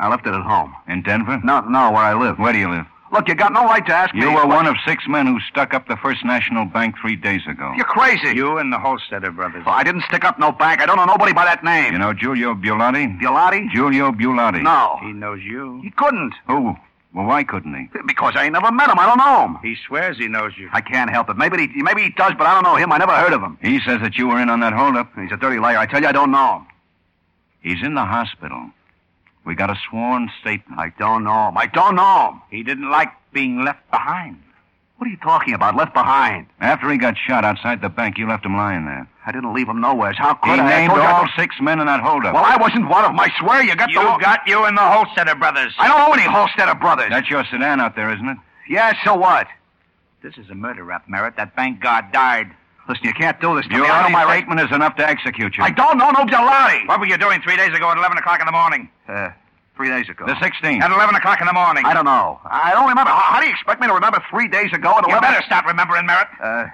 [SPEAKER 15] I left it at home.
[SPEAKER 17] In Denver?
[SPEAKER 15] No, no, where I live.
[SPEAKER 17] Where do you live?
[SPEAKER 15] Look, you got no right to ask me.
[SPEAKER 17] You were one of six men who stuck up the First National Bank three days ago.
[SPEAKER 15] [laughs] You're crazy.
[SPEAKER 21] You and the Holsteader brothers.
[SPEAKER 15] Well, I didn't stick up no bank. I don't know nobody by that name.
[SPEAKER 17] You know Giulio Bulati?
[SPEAKER 15] Giulotti?
[SPEAKER 17] Giulio Bulati.
[SPEAKER 15] No.
[SPEAKER 21] He knows you.
[SPEAKER 15] He couldn't.
[SPEAKER 17] Who? Well, why couldn't he?
[SPEAKER 15] Because I ain't never met him. I don't know him.
[SPEAKER 21] He swears he knows you.
[SPEAKER 15] I can't help it. Maybe he, maybe he does, but I don't know Oh, him. I never heard of him.
[SPEAKER 17] He says that you were in on that holdup.
[SPEAKER 15] He's a dirty liar. I tell you, I don't know him.
[SPEAKER 17] He's in the hospital. We got a sworn statement.
[SPEAKER 15] I don't know him. I don't know him.
[SPEAKER 21] He didn't like being left behind.
[SPEAKER 15] What are you talking about? Left behind.
[SPEAKER 17] After he got shot outside the bank, you left him lying there.
[SPEAKER 15] I didn't leave him nowhere. How could
[SPEAKER 17] He
[SPEAKER 15] I? I
[SPEAKER 17] named
[SPEAKER 15] told you I
[SPEAKER 17] all
[SPEAKER 16] [laughs]
[SPEAKER 15] don't-
[SPEAKER 17] six men in that holdup.
[SPEAKER 15] Well, I wasn't one of them. I swear you got
[SPEAKER 21] You
[SPEAKER 15] the.
[SPEAKER 21] got you and the Holsteader brothers.
[SPEAKER 15] I don't know any Holsteader brothers.
[SPEAKER 17] That's your sedan out there, isn't it?
[SPEAKER 15] Yeah, so what?
[SPEAKER 21] This is a murder rap, Merritt. That bank guard died. Listen, you can't do this
[SPEAKER 15] Your honor, my rateman is enough to execute you.
[SPEAKER 21] I don't know no Gelati. What were you doing three days ago at 11 o'clock in the morning?
[SPEAKER 15] Uh, three days ago. The 16th.
[SPEAKER 21] At 11 o'clock in the morning.
[SPEAKER 15] I don't know. I don't remember. How, how do you expect me to remember three days ago at 11?
[SPEAKER 21] You better stop remembering, Merritt.
[SPEAKER 15] Uh,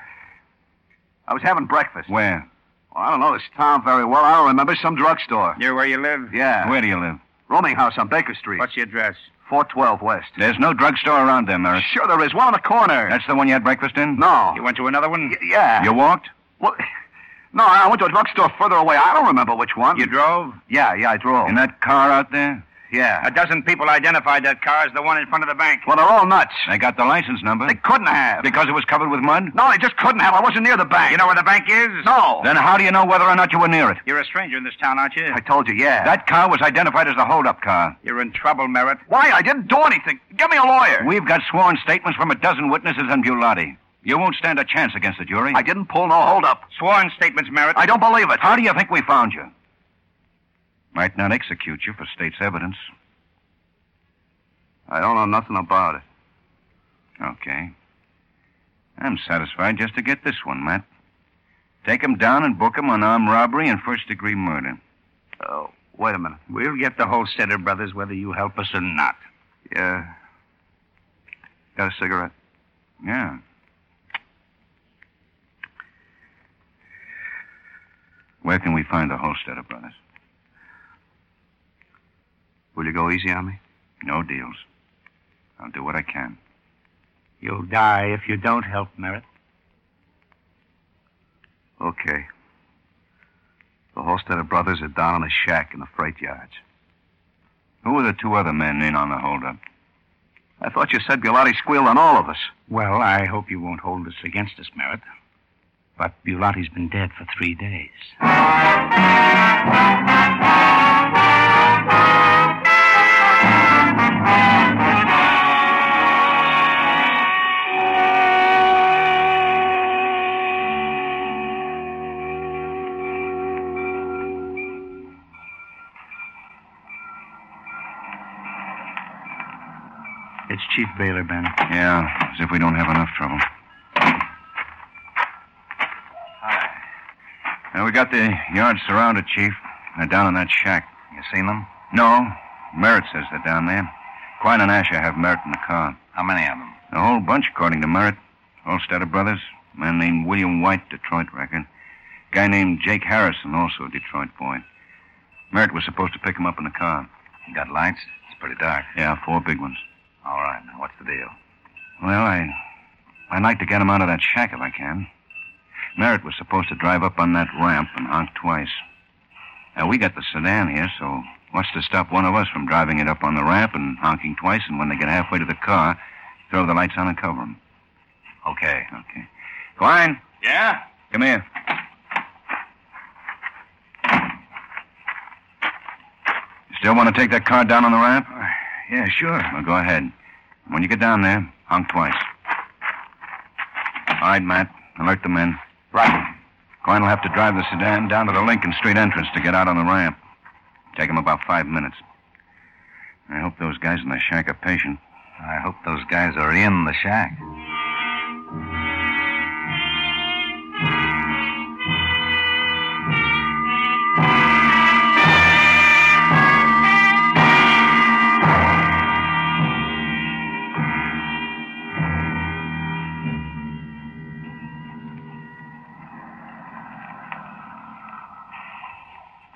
[SPEAKER 15] I was having breakfast.
[SPEAKER 17] Where?
[SPEAKER 15] Well, I don't know this town very well. I don't remember. Some drugstore.
[SPEAKER 21] Near where you live?
[SPEAKER 15] Yeah.
[SPEAKER 17] Where do you live?
[SPEAKER 15] Rooming house on Baker Street.
[SPEAKER 21] What's your address?
[SPEAKER 15] 412 West.
[SPEAKER 17] There's no drugstore around there, Merritt.
[SPEAKER 15] Sure there is. One on the corner.
[SPEAKER 17] That's the one you had breakfast in?
[SPEAKER 15] No.
[SPEAKER 21] You went to another one?
[SPEAKER 15] Y- yeah.
[SPEAKER 17] You walked?
[SPEAKER 15] Well, [laughs] no, I went to a drugstore further away. I don't remember which one.
[SPEAKER 21] You drove?
[SPEAKER 15] Yeah, yeah, I drove.
[SPEAKER 17] In that car out there?
[SPEAKER 15] Yeah.
[SPEAKER 21] A dozen people identified that car as the one in front of the bank.
[SPEAKER 15] Well, they're all nuts.
[SPEAKER 17] They got the license number.
[SPEAKER 15] They couldn't have.
[SPEAKER 17] Because it was covered with mud?
[SPEAKER 15] No, they just couldn't have. I wasn't near the bank.
[SPEAKER 21] You know where the bank is?
[SPEAKER 15] No.
[SPEAKER 17] Then how do you know whether or not you were near it?
[SPEAKER 21] You're a stranger in this town, aren't you?
[SPEAKER 15] I told you, yeah.
[SPEAKER 17] That car was identified as the holdup car.
[SPEAKER 21] You're in trouble, Merritt.
[SPEAKER 15] Why? I didn't do anything. Give me a lawyer.
[SPEAKER 17] We've got sworn statements from a dozen witnesses and Bulati. You won't stand a chance against the jury.
[SPEAKER 15] I didn't pull no holdup.
[SPEAKER 21] Sworn statements, Merritt.
[SPEAKER 15] I don't believe it.
[SPEAKER 17] How do you think we found you? Might not execute you for state's evidence.
[SPEAKER 15] I don't know nothing about it.
[SPEAKER 17] Okay. I'm satisfied just to get this one, Matt. Take him down and book him on armed robbery and first degree murder.
[SPEAKER 21] Oh, wait a minute. We'll get the whole set of brothers whether you help us or not.
[SPEAKER 15] Yeah. Got a cigarette?
[SPEAKER 17] Yeah. Where can we find the Holstetter brothers?
[SPEAKER 15] Will you go easy on me?
[SPEAKER 17] No deals. I'll do what I can.
[SPEAKER 21] You'll die if you don't help Merritt.
[SPEAKER 15] Okay. The Holstetter brothers are down in a shack in the freight yards.
[SPEAKER 17] Who were the two other men in on the holdup?
[SPEAKER 15] I thought you said Bulati squealed on all of us.
[SPEAKER 21] Well, I hope you won't hold this against us, Merritt. But Bulati's been dead for three days. It's Chief Baylor, Banner.
[SPEAKER 17] Yeah, as if we don't have enough trouble. Now, we got the yard surrounded, Chief. They're down in that shack.
[SPEAKER 15] You seen them?
[SPEAKER 17] No, Merritt says they're down there. Quine and Asher have Merritt in the car.
[SPEAKER 15] How many of them?
[SPEAKER 17] A whole bunch, according to Merritt. Holstetter brothers. A man named William White, Detroit record. Guy named Jake Harrison, also a Detroit boy. Merritt was supposed to pick him up in the car.
[SPEAKER 15] You got lights? It's pretty dark.
[SPEAKER 17] Yeah, four big ones.
[SPEAKER 15] All right. Now, what's the deal?
[SPEAKER 17] Well, I, I'd like to get him out of that shack if I can. Merritt was supposed to drive up on that ramp and honk twice. Now, we got the sedan here, so what's to stop one of us from driving it up on the ramp and honking twice, and when they get halfway to the car, throw the lights on and cover 'em.
[SPEAKER 15] Okay.
[SPEAKER 17] Okay. Quine,
[SPEAKER 21] Yeah?
[SPEAKER 17] come here. You still want to take that car down on the ramp?
[SPEAKER 15] Yeah, sure.
[SPEAKER 17] Well, go ahead. When you get down there, honk twice. All right, Matt. Alert the men.
[SPEAKER 15] Right.
[SPEAKER 17] Quine will have to drive the sedan down to the Lincoln Street entrance to get out on the ramp. Take him about five minutes. I hope those guys in the shack are patient.
[SPEAKER 15] I hope those guys are in the shack.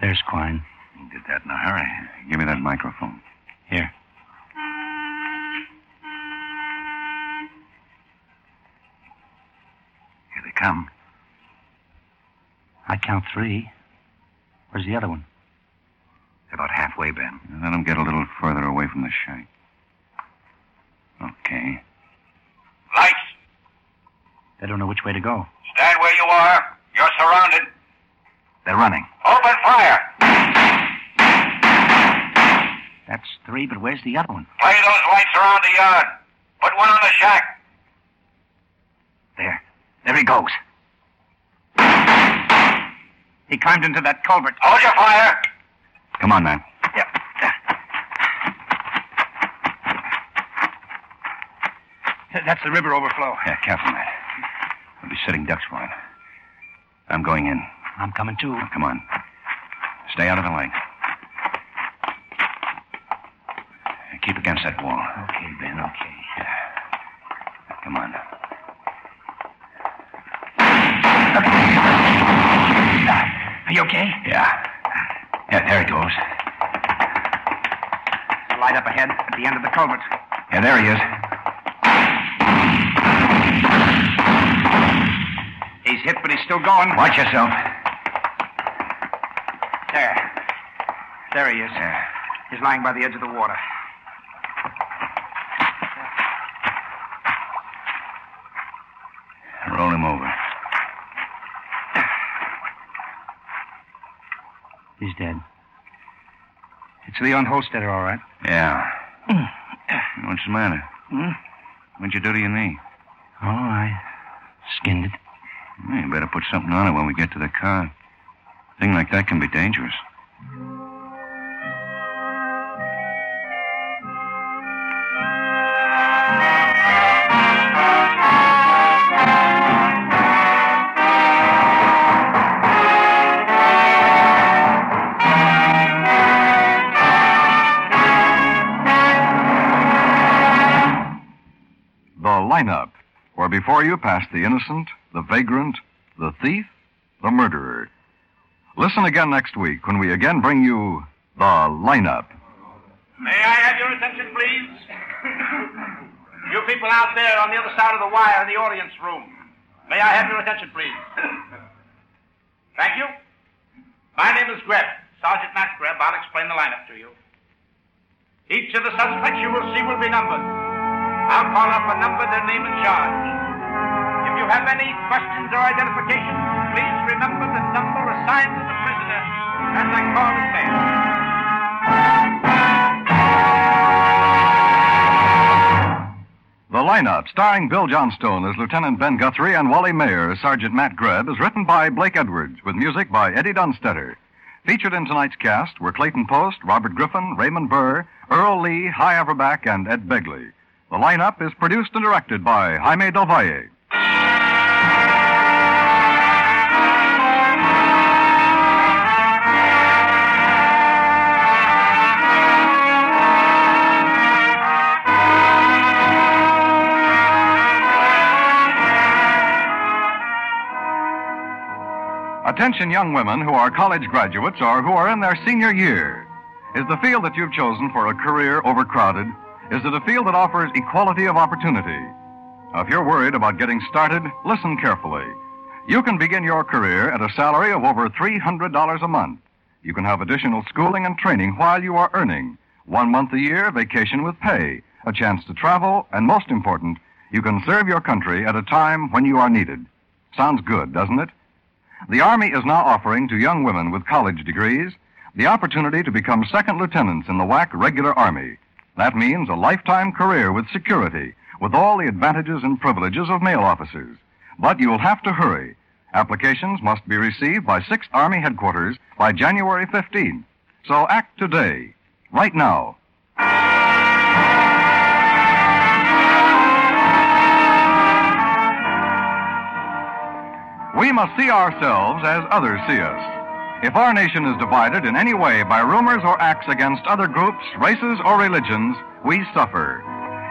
[SPEAKER 21] There's Quine.
[SPEAKER 15] You did that in a hurry.
[SPEAKER 17] Give me that microphone.
[SPEAKER 21] Here.
[SPEAKER 15] Here they come.
[SPEAKER 21] I count three. Where's the other one?
[SPEAKER 15] They're about halfway, Ben.
[SPEAKER 17] Let him get a little further away from the shack. Okay.
[SPEAKER 16] Lights,
[SPEAKER 21] They don't know which way to go.
[SPEAKER 16] stand where you are. You're surrounded.
[SPEAKER 15] They're running.
[SPEAKER 16] Open fire.
[SPEAKER 21] That's three, but where's the other one?
[SPEAKER 16] Play those lights around the yard. Put one on the shack.
[SPEAKER 21] There. There he goes. He climbed into that culvert.
[SPEAKER 16] Hold your fire.
[SPEAKER 17] Come on, man.
[SPEAKER 21] Th- that's the river overflow.
[SPEAKER 17] Yeah, careful, Matt. We'll be sitting ducks for it. I'm going in. I'm coming too. come on. Stay out of the light. Keep against that wall. Okay, Ben, okay. Come on.
[SPEAKER 15] [laughs]
[SPEAKER 21] Are you okay?
[SPEAKER 17] Yeah. Yeah, there he goes.
[SPEAKER 21] Light up ahead at the end of the culvert.
[SPEAKER 17] Yeah, there he is.
[SPEAKER 21] He's hit, but he's still going.
[SPEAKER 17] Watch yourself.
[SPEAKER 21] There. There he is. He's lying by the edge of the water.
[SPEAKER 17] Roll him over.
[SPEAKER 21] He's dead. It's Leon Holstetter, all right.
[SPEAKER 17] Yeah. What's the matter?
[SPEAKER 21] Hmm?
[SPEAKER 17] What'd you do to your knee?
[SPEAKER 21] Oh, I skinned it.
[SPEAKER 17] Well, you better put something on it when we get to the car. Thing like that can be dangerous.
[SPEAKER 14] The lineup, where before you pass the innocent, the vagrant, the thief, the murderer. Listen again next week when we again bring you the lineup.
[SPEAKER 16] May I have your attention, please? you people out there on the other side of the wire in the audience room, may I have your attention, please? Thank you. My name is Greb, Sergeant Matt Greb. I'll explain the lineup to you. Each of the suspects you will see will be numbered. I'll call up a number, their name, and charge. If you have any questions or identification, please remember the number assigned to the prisoner as I call his name.
[SPEAKER 14] The lineup, starring Bill Johnstone as Lieutenant Ben Guthrie and Wally Mayer as Sergeant Matt Greb, is written by Blake Edwards with music by Eddie Dunstetter. Featured in tonight's cast were Clayton Post, Robert Griffin, Raymond Burr, Earl Lee, High Everback, and Ed Begley. The lineup is produced and directed by Jaime Del Valle. Attention, young women who are college graduates or who are in their senior year. Is the field that you've chosen for a career overcrowded? Is it a field that offers equality of opportunity? Now, if you're worried about getting started, listen carefully. You can begin your career at a salary of over $300 a month. You can have additional schooling and training while you are earning. One month a year, vacation with pay, a chance to travel, and most important, you can serve your country at a time when you are needed. Sounds good, doesn't it? The Army is now offering to young women with college degrees the opportunity to become second lieutenants in the WAC regular Army. That means a lifetime career with security, with all the advantages and privileges of male officers. But you'll have to hurry. Applications must be received by 6th Army Headquarters by January 15th. So act today, right now. We must see ourselves as others see us. If our nation is divided in any way by rumors or acts against other groups, races, or religions, we suffer.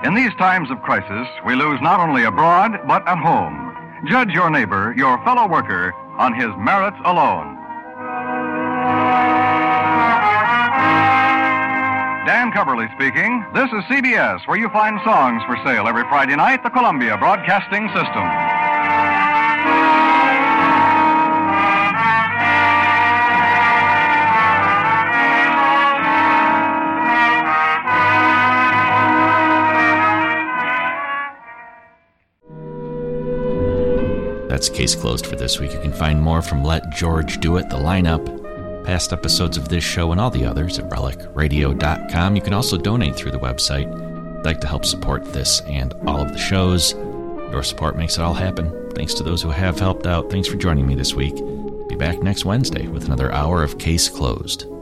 [SPEAKER 14] In these times of crisis, we lose not only abroad, but at home. Judge your neighbor, your fellow worker, on his merits alone. Dan Coverly speaking. This is CBS, where you find songs for sale every Friday night, the Columbia Broadcasting System.
[SPEAKER 4] That's case closed for this week. You can find more from Let George Do It, the lineup, past episodes of this show, and all the others at relicradio.com. You can also donate through the website. If you'd like to help support this and all of the shows. Your support makes it all happen. Thanks to those who have helped out. Thanks for joining me this week. Be back next Wednesday with another hour of Case Closed.